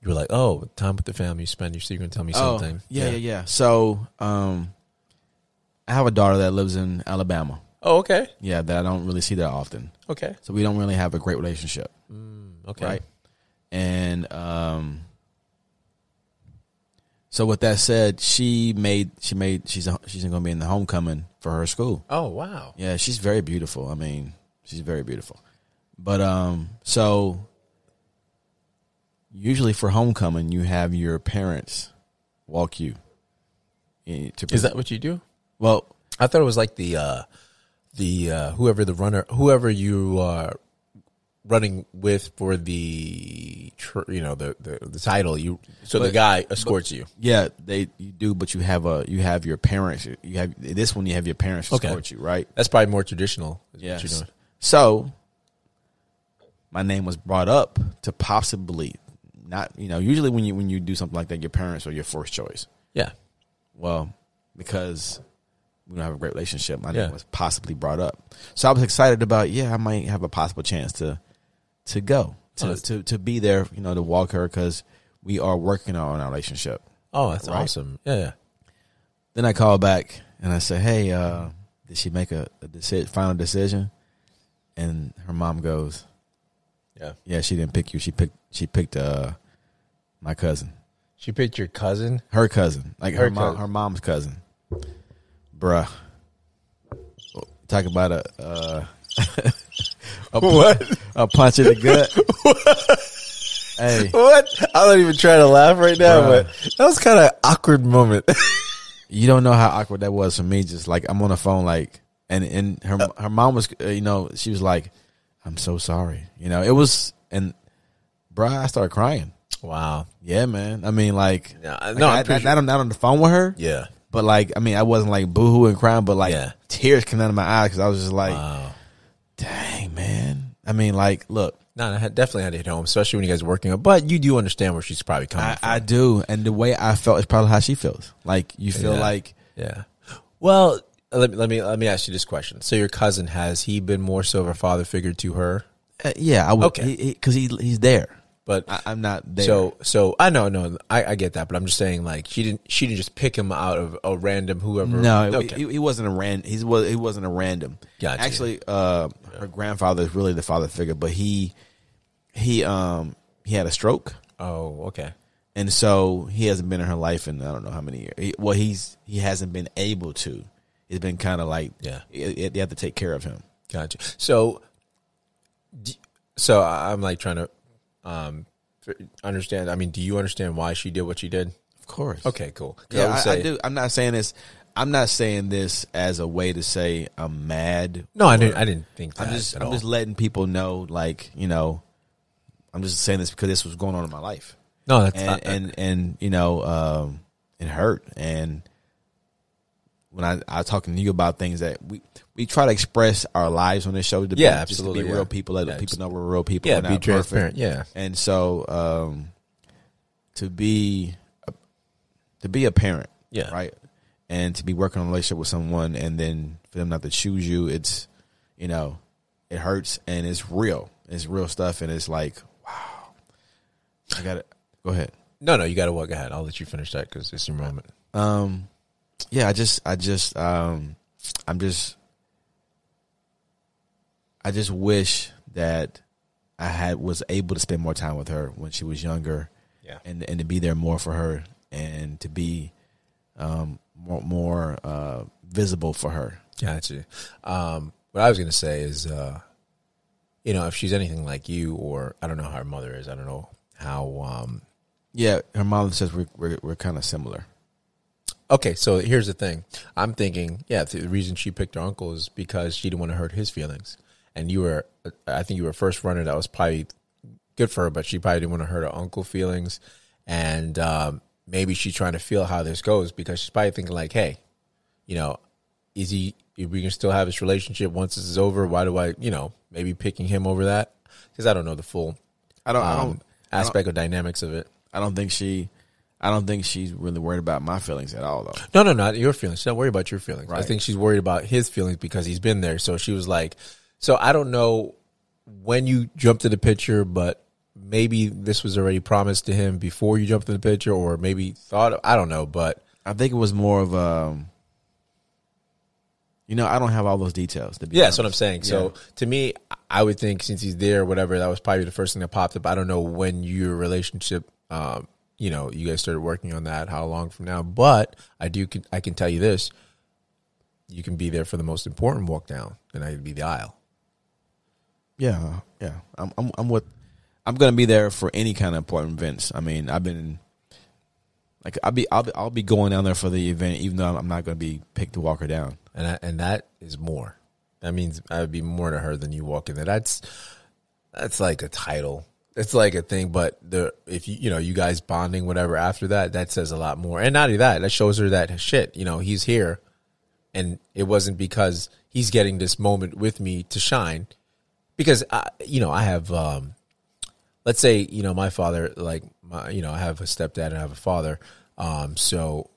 Speaker 2: You were like, oh, time with the family you spend, you're still gonna tell me something.
Speaker 3: Oh, Yeah, yeah, yeah, So, um, I have a daughter that lives in Alabama.
Speaker 2: Oh, okay.
Speaker 3: Yeah, that I don't really see that often.
Speaker 2: Okay.
Speaker 3: So we don't really have a great relationship,
Speaker 2: Okay.
Speaker 3: right? And um, so with that said, she made she made she's a, she's going to be in the homecoming for her school.
Speaker 2: Oh wow.
Speaker 3: Yeah, she's very beautiful. I mean, she's very beautiful. But um, so usually for homecoming, you have your parents walk you. eh, To
Speaker 2: Is that what you do?
Speaker 3: well?
Speaker 2: I thought it was like the uh the uh whoever the runner whoever you are running with for the tr- you know the the, the title you so the
Speaker 3: But-
Speaker 2: guy escorts you.
Speaker 3: Yeah, they you do, but you have a you have your parents. You have this one. You have your parents
Speaker 2: Okay.
Speaker 3: escort you, right?
Speaker 2: That's probably more traditional. is what you're
Speaker 3: Yes.
Speaker 2: doing.
Speaker 3: So my name was brought up to possibly not. You know, usually when you when you do something like that, your parents are your first choice.
Speaker 2: Yeah.
Speaker 3: Well, because we don't have a great relationship, my
Speaker 2: Yeah.
Speaker 3: name was possibly brought up. So I was excited about. Yeah, I might have a possible chance to to go
Speaker 2: Oh,
Speaker 3: to
Speaker 2: that's-
Speaker 3: to, to be there. You know, to walk her because we are working on our relationship.
Speaker 2: Oh, that's
Speaker 3: Right.
Speaker 2: awesome. Yeah, yeah.
Speaker 3: Then I call back and I say, "Hey, uh, did she make a, a deci- final decision?" And her mom goes,
Speaker 2: Yeah.
Speaker 3: "Yeah, she didn't pick you. She picked she picked uh, my cousin,
Speaker 2: She picked your cousin.
Speaker 3: her cousin, like her
Speaker 2: Her
Speaker 3: mom,
Speaker 2: cousin.
Speaker 3: her mom's cousin." bruh. Talk about a uh, (laughs) a, pu-
Speaker 2: What?
Speaker 3: a punch in the gut. hey,
Speaker 2: (laughs) What? I don't even try to laugh right now,
Speaker 3: Bruh.
Speaker 2: but that was kind of awkward moment. (laughs)
Speaker 3: you don't know how awkward that was for me. Just like I'm on the phone, like and and her her mom was, uh, you know, she was like, "I'm so sorry," you know. It was and bruh, I started crying.
Speaker 2: wow.
Speaker 3: Yeah, man. I mean, like,
Speaker 2: Yeah, I-
Speaker 3: like,
Speaker 2: no, I
Speaker 3: I-
Speaker 2: appreciate-
Speaker 3: not, not, not on the phone with her.
Speaker 2: Yeah.
Speaker 3: But like, I mean, I wasn't like boohoo and crying, but like
Speaker 2: Yeah.
Speaker 3: tears came out of my eyes because I was just like,
Speaker 2: Wow.
Speaker 3: dang, man. I mean, like, look,
Speaker 2: No, I had- definitely had to hit home, especially when you guys are working up. But you do understand where she's probably coming
Speaker 3: I,
Speaker 2: from.
Speaker 3: I do, and the way I felt is probably how she feels. Like, you feel
Speaker 2: Yeah.
Speaker 3: like,
Speaker 2: Yeah. Well, let me let me let me ask you this question. So your cousin has he been more so of a father figure to her?
Speaker 3: uh, yeah, I would,
Speaker 2: Okay.
Speaker 3: because he, he's there.
Speaker 2: But
Speaker 3: I, I'm not there.
Speaker 2: so so I know no I, I get that, but I'm just saying like she didn't she didn't just pick him out of a random whoever.
Speaker 3: no, it-
Speaker 2: Okay.
Speaker 3: he, he wasn't a random. He was he wasn't a random.
Speaker 2: Gotcha.
Speaker 3: Actually, uh, her grandfather is really the father figure, but he he um he had a stroke.
Speaker 2: oh, okay.
Speaker 3: and so he hasn't been in her life in I don't know how many years. He, well, he's he hasn't been able to. It's been kind of like
Speaker 2: Yeah.
Speaker 3: it- it- they have to take care of him.
Speaker 2: Gotcha. So, d- so I- I'm like trying to um f- understand. I mean, do you understand why she did what she did?
Speaker 3: Of course.
Speaker 2: Okay, cool. 'Cause
Speaker 3: Yeah,
Speaker 2: would
Speaker 3: I, I
Speaker 2: say-
Speaker 3: do. I'm not saying this. I'm not saying this as a way to say I'm mad.
Speaker 2: No, I didn't. I didn't think that
Speaker 3: I'm just
Speaker 2: at
Speaker 3: I'm
Speaker 2: all.
Speaker 3: just letting people know, like you know, I'm just saying this because this was going on in my life,
Speaker 2: no, that's
Speaker 3: and
Speaker 2: not,
Speaker 3: and and you know, um, it hurt. And when I I was talking to you about things that we we try to express our lives on this show, to be,
Speaker 2: Yeah,
Speaker 3: just
Speaker 2: absolutely,
Speaker 3: to be
Speaker 2: yeah.
Speaker 3: real people, let
Speaker 2: Yeah,
Speaker 3: people
Speaker 2: just-
Speaker 3: know we're real people.
Speaker 2: yeah,
Speaker 3: we're
Speaker 2: be
Speaker 3: not perfect.
Speaker 2: transparent, yeah.
Speaker 3: and so um, to be a- to be a parent,
Speaker 2: Yeah.
Speaker 3: right, and to be working on a relationship with someone, and then for them not to choose you, it's you know, it hurts and it's real, it's real stuff, and it's like wow, I got to Go ahead.
Speaker 2: no, no. You got to walk ahead. I'll let you finish that because it's your moment.
Speaker 3: um yeah i just i just um i'm just i just wish that i had was able to spend more time with her when she was younger
Speaker 2: Yeah.
Speaker 3: and and to be there more for her and to be um more, more uh visible for her
Speaker 2: Gotcha. Um, what I was gonna say is, uh, you know, if she's anything like you, or I don't know how her mother is. I don't know how. Um,
Speaker 3: yeah her mom says we're we're, we're kind of similar
Speaker 2: okay, so here's the thing. I'm thinking, yeah, the reason she picked her uncle is because she didn't want to hurt his feelings, and you were, I think you were first runner that was probably good for her, but she probably didn't want to hurt her uncle feelings, and um, maybe she's trying to feel how this goes because she's probably thinking like, hey, you know, is he if we can still have this relationship once this is over, why do I, you know, maybe picking him over that? Because I don't know the full
Speaker 3: Oh, i don't
Speaker 2: um, aspect or dynamics of it.
Speaker 3: i don't think she i don't think she's really worried about my feelings at all though
Speaker 2: No, no, not your feelings. She's not worried about your feelings. I
Speaker 3: Right.
Speaker 2: think she's worried about his feelings because he's been there. So she was like, so I don't know when you jumped in the picture, but maybe this was already promised to him before you jumped in the picture, or maybe thought of, I don't know, but
Speaker 3: I think it was more of um you know, I don't have all those details to be
Speaker 2: yeah, that's what I'm
Speaker 3: honest.
Speaker 2: saying. So to me, I would think since he's there, whatever, that was probably the first thing that popped up. I don't know when your relationship, um, you know, you guys started working on that, how long from now, but I do, I can tell you this. You can be there for the most important walk down, and I could be the aisle.
Speaker 3: Yeah, yeah. I'm I'm I'm with I'm gonna be there for any kind of important events. I mean, I've been like I'll be I'll be I'll be going down there for the event even though I'm not gonna be picked to walk her down.
Speaker 2: and I, and that is more. That means I would be more to her than you walking there. That's that's like a title. It's like a thing, but the if you you know you guys bonding whatever after that that says a lot more. And not only that, that shows her that shit. You know he's here, and it wasn't because he's getting this moment with me to shine. Because I you know I have um, let's say you know my father like my you know I have a stepdad and I have a father. Um, so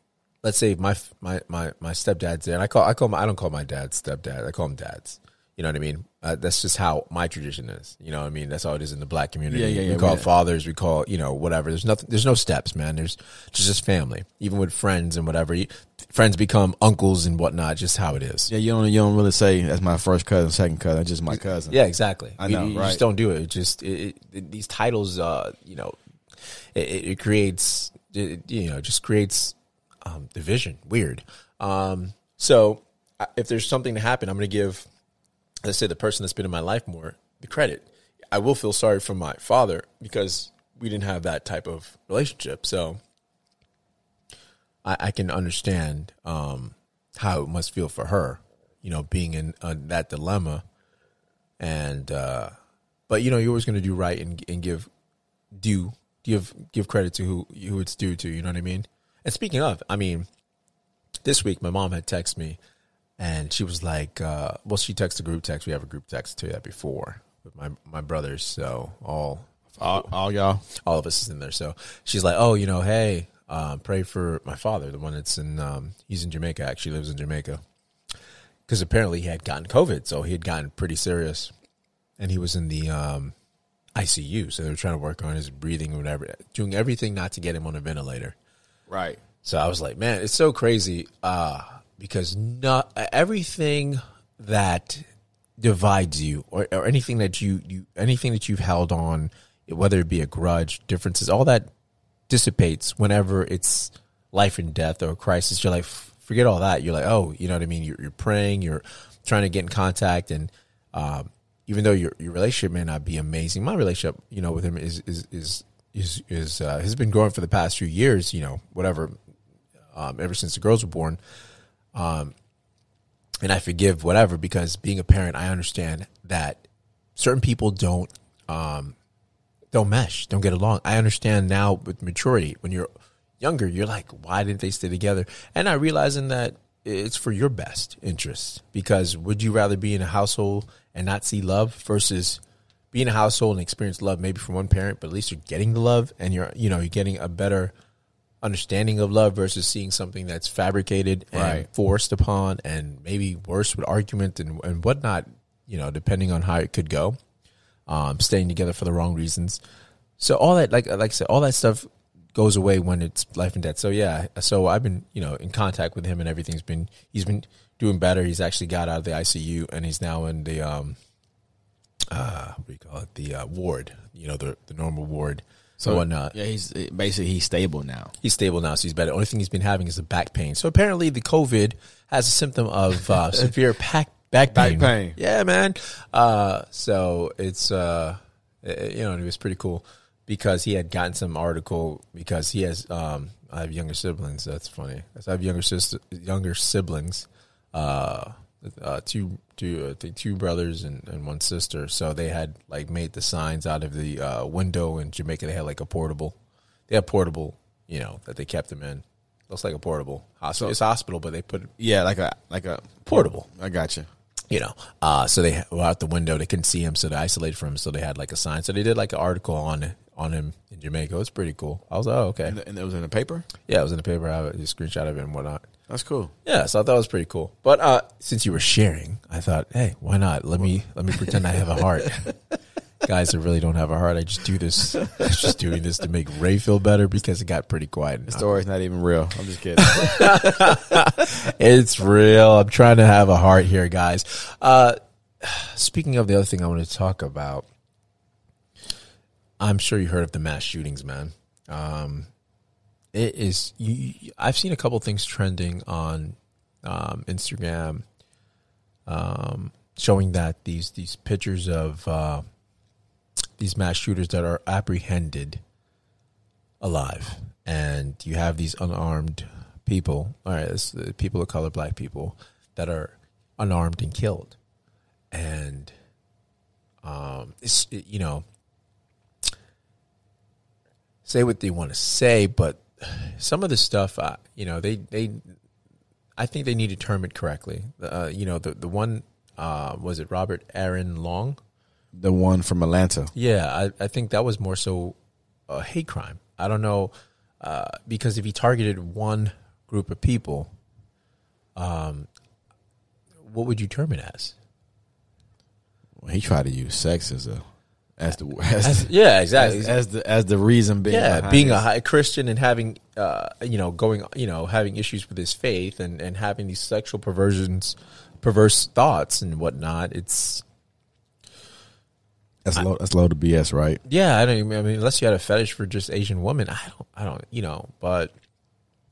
Speaker 2: let's say my my my my stepdad's there, and I call I call my, I don't call my dad stepdad. I call him dads. You know what I mean? Uh, that's just how my tradition is. You know what I mean? That's how it is in the black community.
Speaker 3: Yeah, yeah, yeah,
Speaker 2: we call
Speaker 3: we-
Speaker 2: it fathers. We call you know whatever. There's nothing. There's no steps, man. There's just just family. Even with friends and whatever, you, friends become uncles and whatnot. Just how it is.
Speaker 3: Yeah, you don't you don't really say that's my first cousin, second cousin, that's just my cousin.
Speaker 2: Yeah, exactly.
Speaker 3: I
Speaker 2: We-
Speaker 3: know,
Speaker 2: you
Speaker 3: right.
Speaker 2: just don't do it. It just it, it, these titles, uh, you know, it, it it creates, it, you know, just creates um, division. Weird. Um, So I- if there's something to happen, I'm going to give, let's say, the person that's been in my life more the credit. I will feel sorry for my father because we didn't have that type of relationship. So I, I can understand um, how it must feel for her, you know, being in uh, that dilemma. And, uh, but you know, you're always going to do right and, and give due, give, give credit to who, who it's due to. You know what I mean? And speaking of, I mean, this week my mom had texted me and she was like uh, well she texted a group text we have a group text to that before with my my brothers so all
Speaker 3: All, all y'all.
Speaker 2: all of us is in there so she's like oh you know hey um, pray for my father the one that's in um, he's in jamaica actually lives in jamaica because apparently he had gotten covid so he had gotten pretty serious and he was in the um, icu so they were trying to work on his breathing and whatever doing everything not to get him on a ventilator
Speaker 3: Right.
Speaker 2: so I was like, man, it's so crazy uh, because not everything that divides you or, or anything that you, you anything that you've held on, whether it be a grudge, differences, all that dissipates whenever it's life and death or a crisis. You're like, "F- forget all that. You're like, oh, you know what I mean? You're, you're praying, you're trying to get in contact, and um, even though your your relationship may not be amazing, my relationship, you know, with him is is is is is uh, has been growing for the past few years. You know, whatever, um, ever since the girls were born um, and I forgive whatever because being a parent, I understand that certain people don't um, don't mesh, don't get along. I understand now with maturity. When you're younger, you're like, why didn't they stay together? And I realizing that it's for your best interest because would you rather be in a household and not see love versus be in a household and experience love maybe from one parent, but at least you're getting the love and you're you know you're getting a better understanding of love versus seeing something that's fabricated and
Speaker 3: Right.
Speaker 2: forced upon and maybe worse with argument and, and whatnot, you know, depending on how it could go. Um, staying together for the wrong reasons. So all that like like I said, all that stuff goes away when it's life and death. So yeah, so I've been, you know, in contact with him and everything's been he's been doing better. He's actually got out of the ICU and he's now in the um uh what do you call it? The uh, ward, you know, the the normal ward. So whatnot
Speaker 3: Yeah, he's basically he's stable now.
Speaker 2: he's stable now, so he's better. Only thing he's been having is the back pain. So apparently, the COVID has a symptom of
Speaker 3: (laughs)
Speaker 2: uh, severe back back
Speaker 3: Back
Speaker 2: pain.
Speaker 3: pain.
Speaker 2: Yeah, man. Uh, so it's uh, eh, you know, it was pretty cool because he had gotten some article because he has um, I have younger siblings. That's funny. So I have younger sister, younger siblings. Uh, uh, two, two, I think two brothers and, and one sister. So they had like made the signs out of the uh, window in Jamaica. They had like a portable. They had portable, you know, that they kept them in. Looks like a portable hospital. it's a hospital, but they put it
Speaker 3: Yeah, like a like a
Speaker 2: portable
Speaker 3: I gotcha.
Speaker 2: you know, uh, so they were out the window. They couldn't see him, so they isolated from him. So they had like a sign. So they did like an article on on him in Jamaica. It was pretty cool. I was like, oh, okay,
Speaker 3: And, and it was in the paper.
Speaker 2: yeah, it was in the paper. I have a screenshot of it and whatnot.
Speaker 3: That's cool.
Speaker 2: Yeah, so I thought it was pretty cool. But uh, since you were sharing, I thought, hey, why not? Let me let me pretend I have a heart. (laughs) Guys, I really don't have a heart. I just do this, (laughs) just doing this to make Ray feel better because it got pretty quiet. and
Speaker 3: Story's not even real. I'm just (laughs) kidding.
Speaker 2: It's real. I'm trying to have a heart here, guys. Uh, speaking of the other thing I want to talk about, I'm sure you heard of the mass shootings, man. Um, it is. You, you- I've seen a couple things trending on um, Instagram, um, showing that these these pictures of uh, these mass shooters that are apprehended alive and you have these unarmed people all right this, uh, people of color black people that are unarmed and killed and um it's it- you know say what they want to say but some of the stuff uh, you know they they i think they need to term it correctly uh, you know the the one uh was it robert aaron long
Speaker 3: the one from Atlanta.
Speaker 2: yeah, I, I think that was more so a hate crime. I don't know uh, because if he targeted one group of people, um, what would you term it as?
Speaker 3: Well, he tried to use sex as a as the as, the-
Speaker 2: yeah,
Speaker 3: as, as the as the reason being
Speaker 2: yeah,
Speaker 3: behind
Speaker 2: being
Speaker 3: it.
Speaker 2: a high Christian and having uh, you know going you know having issues with his faith and and having these sexual perversions, perverse thoughts and whatnot. It's
Speaker 3: that's low that's low to BS right
Speaker 2: yeah, I don't. even- I mean, unless you had a fetish for just Asian women, I don't. I don't. You know, but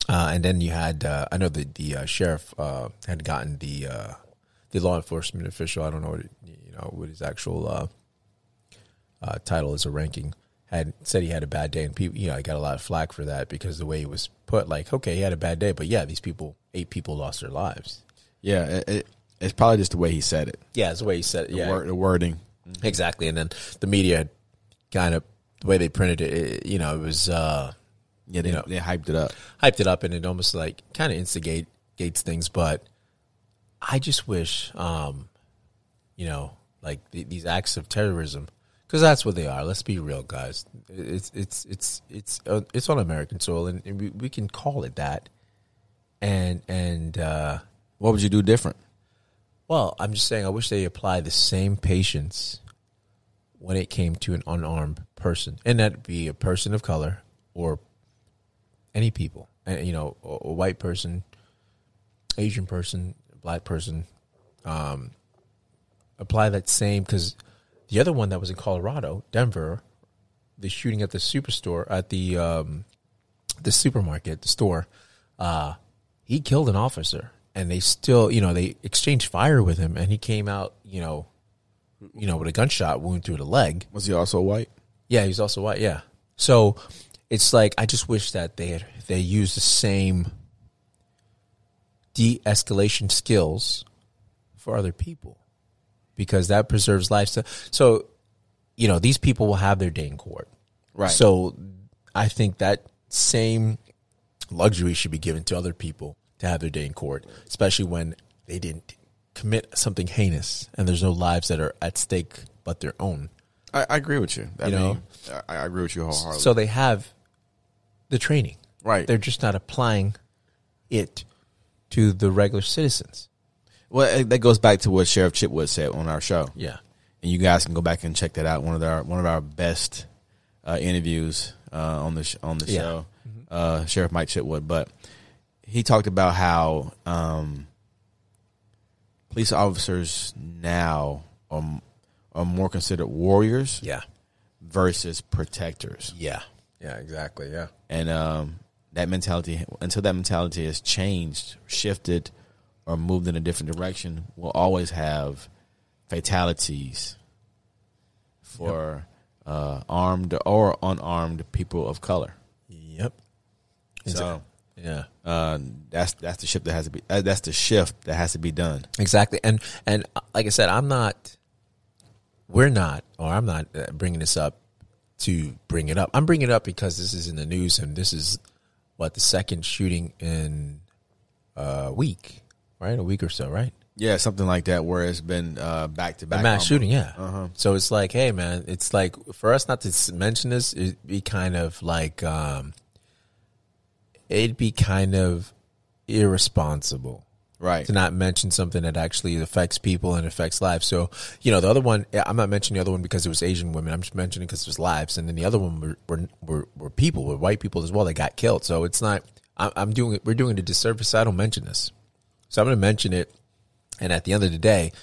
Speaker 2: Uh, and then you had, uh, I know the the uh, sheriff uh, had gotten the uh, the law enforcement official. I don't know what it- you know what his actual uh, uh, title is or ranking. Had said he had a bad day, and people, you know, I got a lot of flack for that because the way it was put, like, okay, he had a bad day, but yeah, these people, eight people lost their lives.
Speaker 3: Yeah, it, it, it's probably just the way he said it.
Speaker 2: Yeah, that's the way he said. It.
Speaker 3: The,
Speaker 2: Yeah,
Speaker 3: word, the wording.
Speaker 2: exactly. And then the media kind of the way they printed it, it you know, it was. Uh,
Speaker 3: Yeah, they,
Speaker 2: You know.
Speaker 3: they hyped it up.
Speaker 2: hyped it up and it almost like kind of instigate gates things but i just wish um you know like th- these acts of terrorism because that's what they are let's be real guys it's it's it's it's uh, it's on american soil and, and we, we can call it that and and uh
Speaker 3: What would you do different?
Speaker 2: well i'm just saying i wish they apply the same patience when it came to an unarmed person and that be a person of color or any people, Uh, you know, a, a white person, Asian person, black person, um, apply that same because the other one that was in Colorado, Denver, the shooting at the superstore at the um, the supermarket, the store, uh, he killed an officer, and they still, you know, they exchanged fire with him, and he came out, you know, you know, with a gunshot wound through the leg.
Speaker 3: Was he also white?
Speaker 2: Yeah, he's also white. Yeah. So it's like I just wish that they had they used the same de-escalation skills for other people because that preserves life. So, so you know, these people will have their day in court.
Speaker 3: Right.
Speaker 2: So I think that same luxury should be given to other people to have their day in court, especially when they didn't commit something heinous and there's no lives that are at stake but their own.
Speaker 3: I, I agree with you. I
Speaker 2: You know?
Speaker 3: mean, I, I agree with you wholeheartedly.
Speaker 2: So they have the training.
Speaker 3: Right.
Speaker 2: They're just not applying it to the regular citizens.
Speaker 3: well, eh, that goes back to what Sheriff Chipwood said on our show.
Speaker 2: Yeah.
Speaker 3: and you guys can go back and check that out. One of our one of our best uh, interviews uh, on the sh- on the
Speaker 2: Yeah. Mm-hmm.
Speaker 3: show, uh, Sheriff Mike Chitwood. But he talked about how um, police officers now are, m- are more considered warriors
Speaker 2: Yeah.
Speaker 3: versus protectors,
Speaker 2: Yeah. Yeah, exactly. Yeah.
Speaker 3: and um, that mentality until that mentality is changed, shifted, or moved in a different direction, we'll always have fatalities for uh, armed or unarmed people of color.
Speaker 2: Yep.
Speaker 3: So
Speaker 2: Yeah.
Speaker 3: uh, that's that's the shift that has to be uh, that's the shift that has to be done.
Speaker 2: Exactly. And and uh, like I said, I'm not we're not or I'm not uh, bringing this up to bring it up. I'm bringing it up because this is in the news and this is what the second shooting in uh, a week, right? A week or so, right?
Speaker 3: Yeah, something like that where it's been uh, back to back
Speaker 2: A mass shooting, yeah. So it's like, hey, man, it's like for us not to s- mention this, it'd be kind of like, um, it'd be kind of irresponsible
Speaker 3: Right.
Speaker 2: to not mention something that actually affects people and affects lives. So, you know, the other one, yeah, I'm not mentioning the other one because it was Asian women. I'm just mentioning because it was lives. And then the other one were, were, were, were people, were white people as well that got killed. So it's not, I- I'm doing it, we're doing it a disservice. so I don't mention this. So I'm going to mention it. And at the end of the day,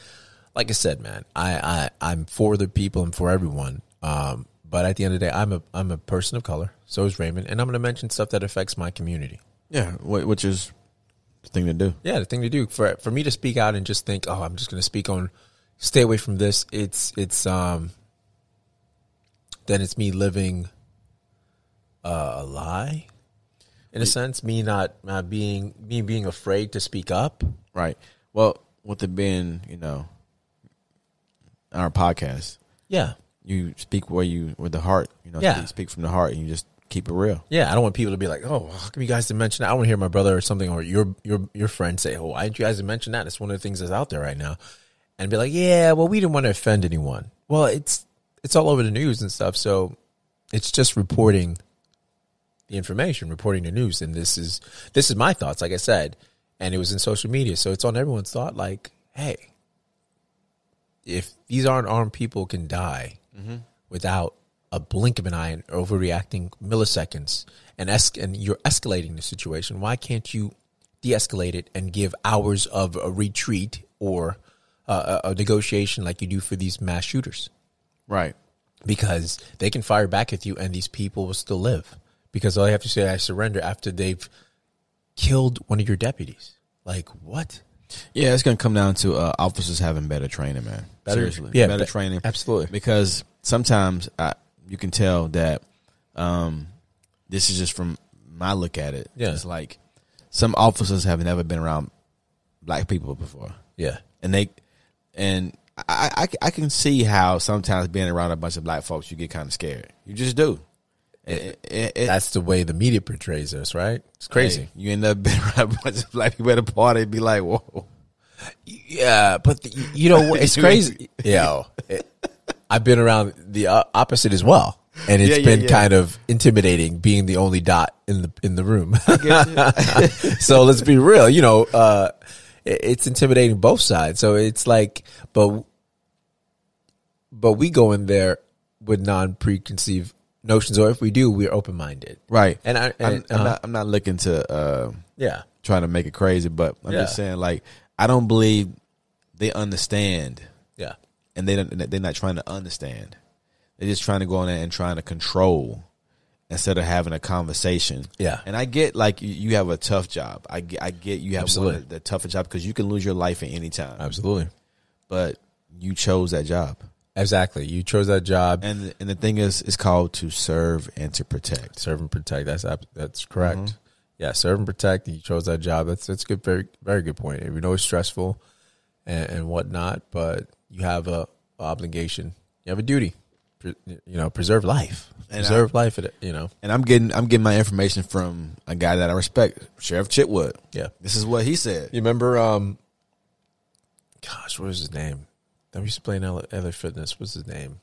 Speaker 2: like I said, man, I, I, I'm for the people and for everyone. Um, but at the end of the day, I'm a, I'm a person of color. So is Raymond. And I'm going to mention stuff that affects my community.
Speaker 3: Yeah, wh- which is the thing to do.
Speaker 2: Yeah, the thing to do for for me to speak out and just think, oh, I'm just going to speak on, stay away from this. It's it's um, then it's me living uh, a lie, in a sense. Me not not being me being afraid to speak up.
Speaker 3: Right. Well, with it being, you know, our podcast,
Speaker 2: Yeah,
Speaker 3: you speak where you with the heart. You know,
Speaker 2: Yeah.
Speaker 3: speak, speak from the heart, and you just keep it real.
Speaker 2: yeah. I don't want people to be like, oh, how come you guys didn't mention that? I want to hear my brother or something or your your your friend say, oh, why didn't you guys mention that? It's one of the things that's out there right now, and be like, yeah, well, we didn't want to offend anyone. Well, it's it's all over the news and stuff, so it's just reporting the information, reporting the news, and this is this is my thoughts, like I said, and it was in social media, so it's on everyone's thought. Like, hey, if these aren't armed people can die without a blink of an eye and overreacting milliseconds, and es- and you're escalating the situation, why can't you de-escalate it and give hours of a retreat or uh, a, a negotiation like you do for these mass shooters?
Speaker 3: Right.
Speaker 2: because they can fire back at you and these people will still live because all they have to say i surrender after they've killed one of your deputies. Like what?
Speaker 3: Yeah, it's gonna come down to uh, officers having better training, man.
Speaker 2: Better-
Speaker 3: Seriously,
Speaker 2: yeah,
Speaker 3: better
Speaker 2: be-
Speaker 3: training,
Speaker 2: absolutely.
Speaker 3: Because sometimes I, you can tell that um, this is just from my look at it.
Speaker 2: Yeah.
Speaker 3: It's like some officers have never been around black people before,
Speaker 2: Yeah.
Speaker 3: and they and I, I I can see how sometimes being around a bunch of black folks you get kind of scared. You just do. It- it- it-
Speaker 2: That's the way the media portrays us, right? It's crazy.
Speaker 3: Hey, you end up (laughs) being around a bunch of black people at a party and be like, whoa.
Speaker 2: Yeah, but the, you- you know what? it's
Speaker 3: (laughs) You
Speaker 2: crazy. Yeah, it- I've been around the uh, opposite as well, and it's
Speaker 3: Yeah, yeah,
Speaker 2: been
Speaker 3: yeah.
Speaker 2: kind of intimidating being the only dot in the in the room. (laughs) so let's be real, you know, uh, it- it's intimidating both sides. So it's like, but but we go in there with non preconceived notions, or if we do, we're open minded,
Speaker 3: Right.
Speaker 2: And I
Speaker 3: I'm,
Speaker 2: and,
Speaker 3: I'm
Speaker 2: uh,
Speaker 3: not I'm not looking to uh,
Speaker 2: yeah,
Speaker 3: try to make it crazy, but I'm just
Speaker 2: Yeah.
Speaker 3: saying like I don't believe they understand,
Speaker 2: yeah,
Speaker 3: and they don't, they're not trying to understand. They're just trying to go in there and trying to control instead of having a conversation.
Speaker 2: Yeah.
Speaker 3: and I get like you, you have a tough job. I get, I get you have
Speaker 2: Absolutely.
Speaker 3: one of the toughest job because you can lose your life at any time,
Speaker 2: absolutely,
Speaker 3: but you chose that job.
Speaker 2: exactly. You chose that job.
Speaker 3: And and the thing is, it's called to serve and to protect.
Speaker 2: serve and protect. That's ab- that's correct.
Speaker 3: Mm-hmm.
Speaker 2: Yeah, serve and protect. You chose that job. That's that's good. Very very good point. And We know it's stressful and, and whatnot, but you have a obligation. You have a duty. Pre- you know, preserve life.
Speaker 3: And I-
Speaker 2: preserve life. At, you know.
Speaker 3: And I'm getting I'm getting my information from a guy that I respect, Sheriff Chitwood.
Speaker 2: Yeah.
Speaker 3: This is what he said.
Speaker 2: You remember? Um. Gosh, what was his name? That we used to play in LA, LA Fitness. What's his name?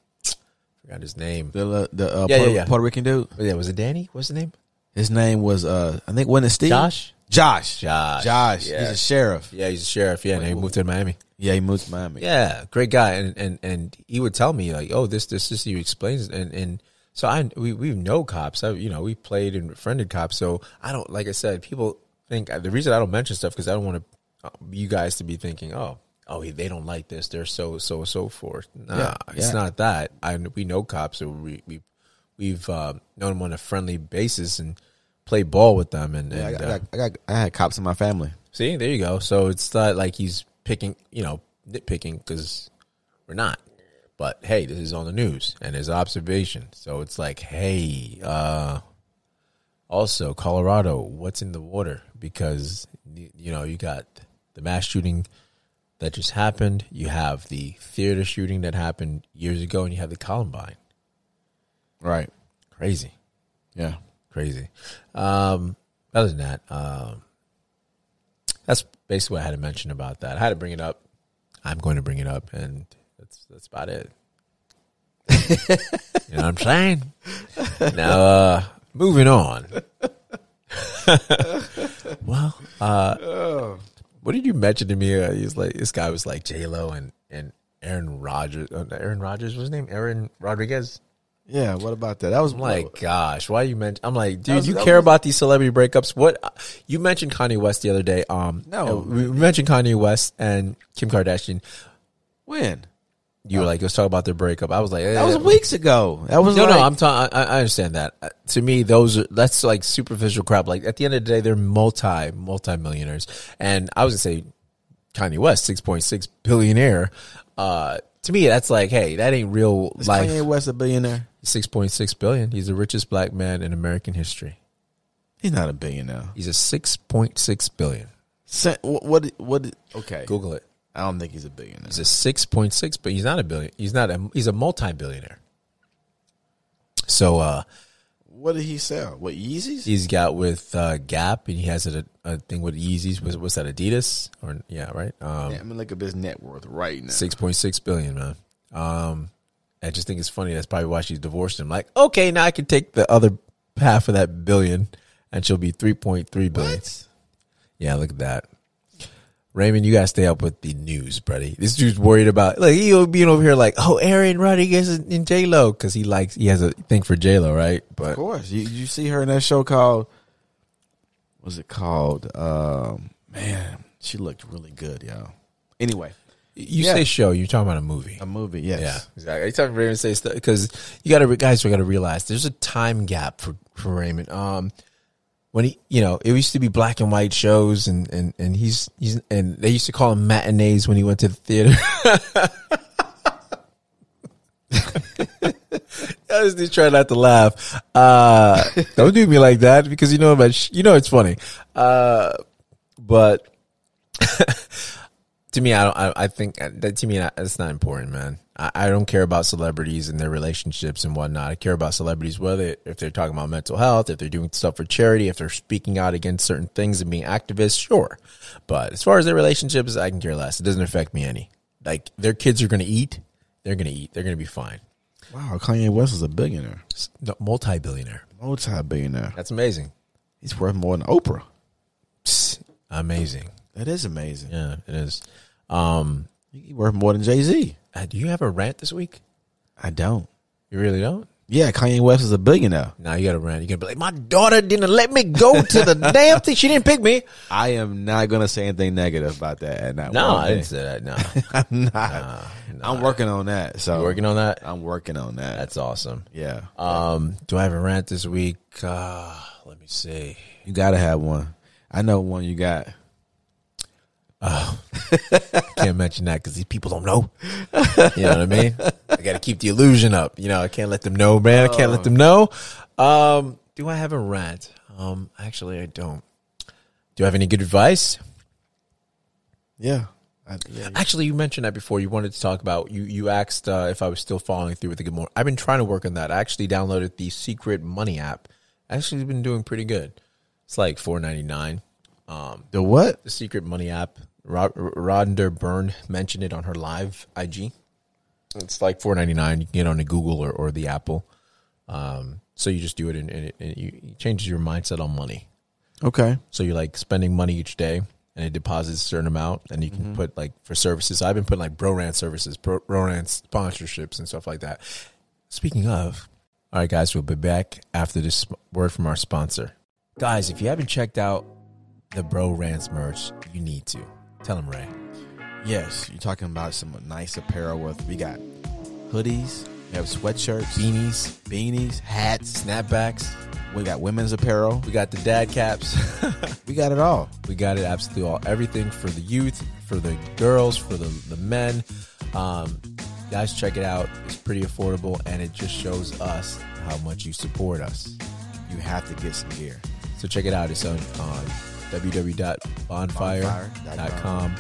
Speaker 2: Forgot his name.
Speaker 3: The uh, the uh,
Speaker 2: Yeah,
Speaker 3: Puerto,
Speaker 2: yeah, yeah.
Speaker 3: Puerto Rican dude.
Speaker 2: Yeah, was it Danny? What's his name?
Speaker 3: His name was uh I think wasn't it Steve?
Speaker 2: Josh?
Speaker 3: Josh.
Speaker 2: Josh.
Speaker 3: Josh.
Speaker 2: Yeah.
Speaker 3: He's a sheriff.
Speaker 2: Yeah, he's a sheriff. Yeah, and he moved to Miami.
Speaker 3: Yeah, he moved to Miami.
Speaker 2: Yeah, great guy, and and and he would tell me like, oh, this this this he explains, and and so I we we know cops, I, you know, we played and befriended cops, so I don't like I said, people think the reason I don't mention stuff because I don't want to you guys to be thinking, oh, oh, they don't like this, they're so so so forth. Nah,
Speaker 3: Yeah,
Speaker 2: it's
Speaker 3: yeah.
Speaker 2: not that. I we know cops, so we we we've um known them on a friendly basis and play ball with them, and,
Speaker 3: I,
Speaker 2: and,
Speaker 3: got,
Speaker 2: uh,
Speaker 3: I, got, I got I had cops in my family.
Speaker 2: See, there you go. So it's not like he's picking, you know, nitpicking because we're not. But hey, this is on the news and his observation. So it's like, hey, uh, also Colorado, what's in the water? Because y- you know you got the mass shooting that just happened. You have the theater shooting that happened years ago, and you have the Columbine.
Speaker 3: Right.
Speaker 2: Crazy
Speaker 3: Yeah.
Speaker 2: crazy. Um, other than that, um, that's basically what I had to mention about that. I had to bring it up. I'm going to bring it up, and that's that's about it. (laughs) you know what I'm saying? Now, uh, moving on. (laughs) well, uh, what did you mention to me? Uh, he's like this guy was like J Lo and and Aaron Rodgers. Uh, Aaron Rodgers was his name Aaron Rodriguez.
Speaker 3: Yeah, what about that? That was
Speaker 2: I'm like, gosh, why you mention? I'm like, dude,
Speaker 3: was-
Speaker 2: you
Speaker 3: that
Speaker 2: care
Speaker 3: was-
Speaker 2: about these celebrity breakups? What you mentioned Kanye West the other day? Um,
Speaker 3: No.
Speaker 2: we mentioned Kanye West and Kim Kardashian.
Speaker 3: when?
Speaker 2: You were like, let's talk about their breakup. I was like,
Speaker 3: Oh. That was
Speaker 2: eh.
Speaker 3: weeks ago. That was
Speaker 2: No,
Speaker 3: like-
Speaker 2: no, I'm talking. I understand that. Uh, to me, those are that's like superficial crap. Like at the end of the day, they're multi multi millionaires, and I was gonna say Kanye West, six point six billionaire. Uh, to me, that's like, hey, that ain't real
Speaker 3: Is
Speaker 2: life.
Speaker 3: Kanye West a billionaire.
Speaker 2: Six point six billion. He's the richest black man in American history.
Speaker 3: He's not a billionaire.
Speaker 2: He's a 6.6 billion.
Speaker 3: Sa- What? What? what okay.
Speaker 2: Google it.
Speaker 3: I don't think he's a billionaire.
Speaker 2: He's a 6.6, but he's not a billion. He's not a, he's a multi-billionaire. So, uh,
Speaker 3: What did he sell? What Yeezys?
Speaker 2: he's got with, uh, Gap and he has a, a thing with Yeezys. Was, was that Adidas or yeah, right? Um,
Speaker 3: Yeah, I'm gonna look up his net worth right now.
Speaker 2: 6.6 billion, man. Um, I just think it's funny. That's probably why she's divorced him. Like, okay, now I can take the other half of that billion and she'll be 3.3 billion.
Speaker 3: What?
Speaker 2: Yeah, look at that. Raymond, you gotta stay up with the news, buddy. This dude's worried about like he being over here like, oh, Aaron Rodriguez and, and J Lo because he likes he has a thing for J Lo, right?
Speaker 3: Of
Speaker 2: But
Speaker 3: course. You you see her in that show called was it called? Um man, she looked really good, yo. Anyway,
Speaker 2: you
Speaker 3: Yeah.
Speaker 2: say show, you're talking about a movie.
Speaker 3: a movie, yes.
Speaker 2: Yeah, exactly. He's talking Raymond say stuff because you gotta re- guys, we gotta realize there's a time gap for for Raymond. Um, when he, you know, it used to be black and white shows, and and and he's he's and they used to call him matinees when he went to the theater. (laughs) I was just trying not to laugh. Uh, don't do me like that because you know about sh- you know it's funny. Uh, but to me, I don't. I, I think uh, that to me, I- that's not important, man. I, I don't care about celebrities and their relationships and whatnot. I care about celebrities whether if they're talking about mental health, if they're doing stuff for charity, if they're speaking out against certain things and being activists. Sure, but as far as their relationships, I can care less. It doesn't affect me any. Like their kids are going to eat, they're going to eat. They're going to be fine.
Speaker 3: Wow, Kanye West is a billionaire,
Speaker 2: S- no, multi-billionaire.
Speaker 3: multi-billionaire.
Speaker 2: That's amazing.
Speaker 3: He's worth more than Oprah.
Speaker 2: Psst, amazing.
Speaker 3: That is amazing.
Speaker 2: Yeah, it is. Um,
Speaker 3: He's worth more than Jay Z.
Speaker 2: uh, do you have a rant this week?
Speaker 3: I don't.
Speaker 2: You really don't.
Speaker 3: Yeah, Kanye West is a billionaire.
Speaker 2: Now you got to rant. You got to be like, my daughter didn't let me go to (laughs) the damn thing. She didn't pick me.
Speaker 3: I am not gonna say anything negative about that. At not
Speaker 2: No,
Speaker 3: one
Speaker 2: I
Speaker 3: day. (laughs)
Speaker 2: didn't say that. No,
Speaker 3: I'm not. I'm working on that. So
Speaker 2: You working on that.
Speaker 3: I'm working on that.
Speaker 2: That's awesome.
Speaker 3: yeah.
Speaker 2: Um, do I have a rant this week? Uh, let me see.
Speaker 3: You gotta have one. I know one you got.
Speaker 2: Can't mention that because these people don't know. You know what I mean? I got to keep the illusion up. You know, I can't let them know, man. I can't let them know. Um, do I have a rant? Um, actually, I don't. Do I have any good advice?
Speaker 3: Yeah. I, yeah.
Speaker 2: Actually, you mentioned that before. You wanted to talk about you. You asked uh, if I was still following through with the Good Morning. I've been trying to work on that. I actually downloaded the Secret Money app. Actually, it's been doing pretty good. It's like four ninety nine. Um,
Speaker 3: The what?
Speaker 2: the Secret Money app. Rod- Rhonda Byrne mentioned it on her live IG. It's like four ninety nine. You can get on the Google or, or the Apple. Um, so you just do it, and, and, it, and it, you- it changes your mindset on money.
Speaker 3: Okay.
Speaker 2: So you're like spending money each day and it deposits a certain amount and you can put like for services. I've been putting like Broran services, Bro- Broran sponsorships and stuff like that. Speaking of, all right, guys, we'll be back after this sp- word from our sponsor. Guys, if you haven't checked out the Bro Rants merch, you need to. Tell them, Ray.
Speaker 3: Yes, you're talking about some nice apparel with we got hoodies, we have sweatshirts,
Speaker 2: Beanies,
Speaker 3: beanies, hats.
Speaker 2: snapbacks.
Speaker 3: We got women's apparel.
Speaker 2: We got the dad caps. (laughs)
Speaker 3: We got it all.
Speaker 2: We got it absolutely all. Everything for the youth, for the girls, for the, the men. Um, guys, check it out. It's pretty affordable and it just shows us how much you support us.
Speaker 3: You have to get some gear.
Speaker 2: So check it out. It's on, on www.bonfire.com.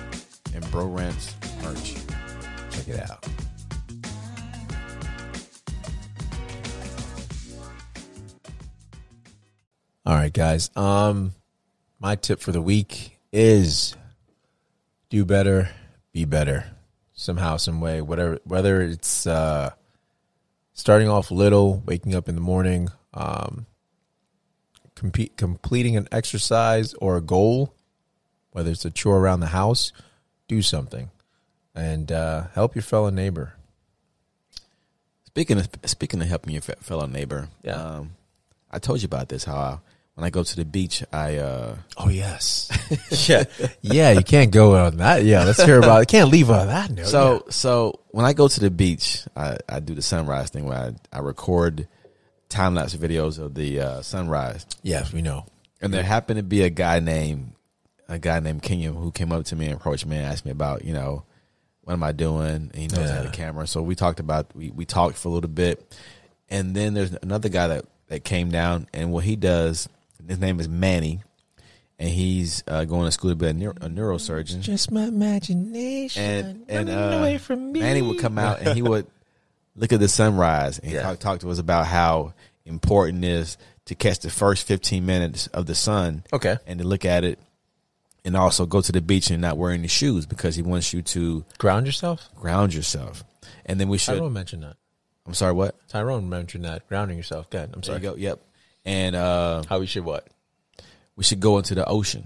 Speaker 3: And Bro Rants merch.
Speaker 2: Check it out. All right, guys. Um, my tip for the week is do better, be better, somehow, some way. Whatever, whether it's uh, starting off little, waking up in the morning, um, compete, completing an exercise or a goal, whether it's a chore around the house, do something and uh, help your fellow neighbor.
Speaker 3: Speaking of speaking of helping your fe- fellow neighbor,
Speaker 2: Yeah.
Speaker 3: um, I told you about this. How I, when I go to the beach, I uh,
Speaker 2: Oh yes, (laughs) yeah, yeah. You can't go on that. Yeah, let's hear about. it. Can't leave on that note.
Speaker 3: (laughs) so so when I go to the beach, I, I do the sunrise thing where I, I record time lapse videos of the uh, sunrise.
Speaker 2: yeah. yes, we know.
Speaker 3: And there happened to be a guy named a guy named Kenya who came up to me and approached me and asked me about, you know, what am I doing? And he knows I have
Speaker 2: Yeah.
Speaker 3: a camera. So we talked about we, we talked for a little bit. And then there's another guy that, that came down and what he does, his name is Manny, and he's uh, going to school to be a, neuro, a neurosurgeon
Speaker 2: Just my imagination
Speaker 3: and and uh, Manny would come out (laughs) and he would look at the sunrise and
Speaker 2: Yeah.
Speaker 3: talk, talk to us about how important it is to catch the first 15 minutes of the sun
Speaker 2: Okay.
Speaker 3: and to look at it and also go to the beach and not wear any shoes because he wants you to
Speaker 2: Ground yourself.
Speaker 3: ground yourself and then we should
Speaker 2: Tyrone mentioned that.
Speaker 3: i'm sorry what
Speaker 2: Tyrone mentioned that. Grounding yourself. Good. I'm
Speaker 3: there you
Speaker 2: sorry.
Speaker 3: go yep and uh,
Speaker 2: How we should what?
Speaker 3: we should go into the ocean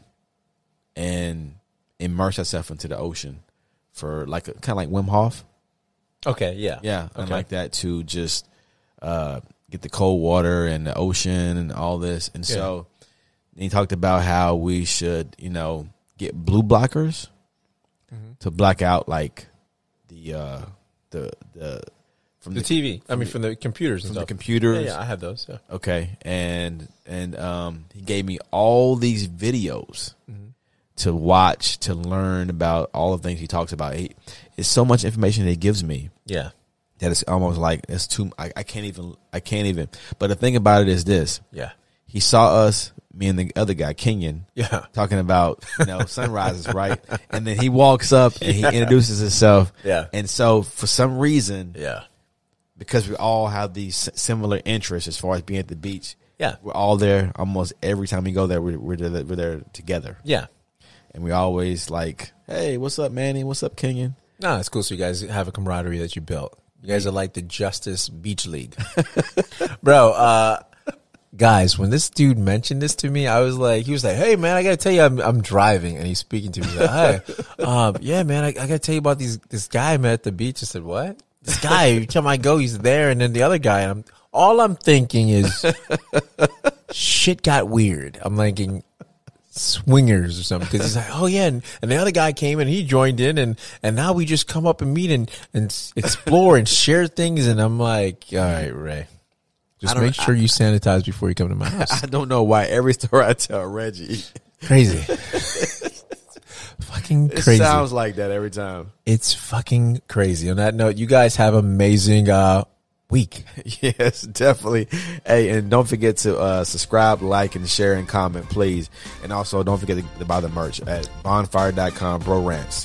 Speaker 3: and immerse ourselves into the ocean for like a kind of like wim hof
Speaker 2: Okay. Yeah.
Speaker 3: Yeah,
Speaker 2: Okay.
Speaker 3: and like that to just uh, get the cold water and the ocean and all this. And so he talked about how we should, you know, get blue blockers
Speaker 2: Mm-hmm.
Speaker 3: to block out like the uh, the the from
Speaker 2: The TV. I mean, from the computers and
Speaker 3: from the
Speaker 2: stuff.
Speaker 3: computers.
Speaker 2: Yeah, yeah, I have those. Yeah.
Speaker 3: Okay, and and um, he gave me all these videos
Speaker 2: Mm-hmm.
Speaker 3: to watch to learn about all the things he talks about. He, it's so much information that he gives me
Speaker 2: Yeah.
Speaker 3: that it's almost like it's too. I, I can't even. I can't even. But the thing about it is this:
Speaker 2: Yeah.
Speaker 3: he saw us, me and the other guy, Kenyon,
Speaker 2: Yeah.
Speaker 3: talking about you (laughs) know sunrises, right? And then he walks up and he introduces himself,
Speaker 2: Yeah.
Speaker 3: And so for some reason,
Speaker 2: Yeah.
Speaker 3: because we all have these s- similar interests as far as being at the beach,
Speaker 2: Yeah.
Speaker 3: we're all there almost every time we go there. We're we're there, we're there together,
Speaker 2: Yeah.
Speaker 3: and we always like, hey, what's up, Manny? What's up, Kenyon?
Speaker 2: No, it's cool. So you guys have a camaraderie that you built. You guys are like the Justice Beach League, bro. Uh, guys, when this dude mentioned this to me, I was like, he was like, "Hey, man, I gotta tell you, I'm, I'm driving," and he's speaking to me. He's like, "Hi, um, yeah, man, I, I gotta tell you about these this guy I met at the beach." I said, "What?" This guy, every time I go, he's there, and then the other guy. And I'm all I'm thinking is, shit got weird. I'm thinking, swingers or something because he's like, oh yeah, and, and the other guy came and he joined in, and and now we just come up and meet and and s- explore and share things, and I'm like, all right, Ray, just
Speaker 3: don't-
Speaker 2: make sure you sanitize before you come to my
Speaker 3: (laughs)
Speaker 2: house.
Speaker 3: I don't know why every story I tell Reggie, (laughs)
Speaker 2: crazy, fucking
Speaker 3: it
Speaker 2: crazy.
Speaker 3: sounds like that every time.
Speaker 2: it's fucking crazy. On that note, you guys have amazing uh week.
Speaker 3: (laughs) Yes, definitely. Hey, and don't forget to uh, subscribe, like, and share and comment, please. And also, don't forget to, to buy the merch at bonfire.com, bro rants.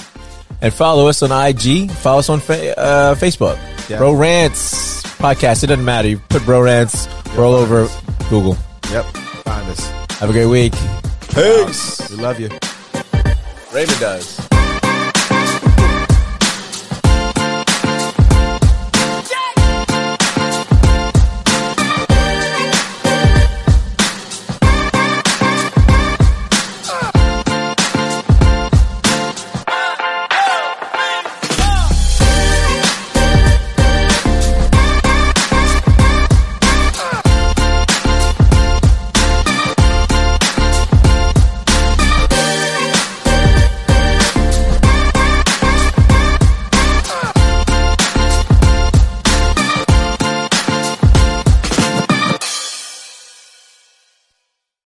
Speaker 2: And follow us on IG. Follow us on fa- uh, Facebook.
Speaker 3: Yeah.
Speaker 2: Bro Rants podcast. It doesn't matter. You put Bro Rants, roll over Google.
Speaker 3: Yep, find us.
Speaker 2: Have a great week.
Speaker 3: Peace. We love you.
Speaker 2: Raven does.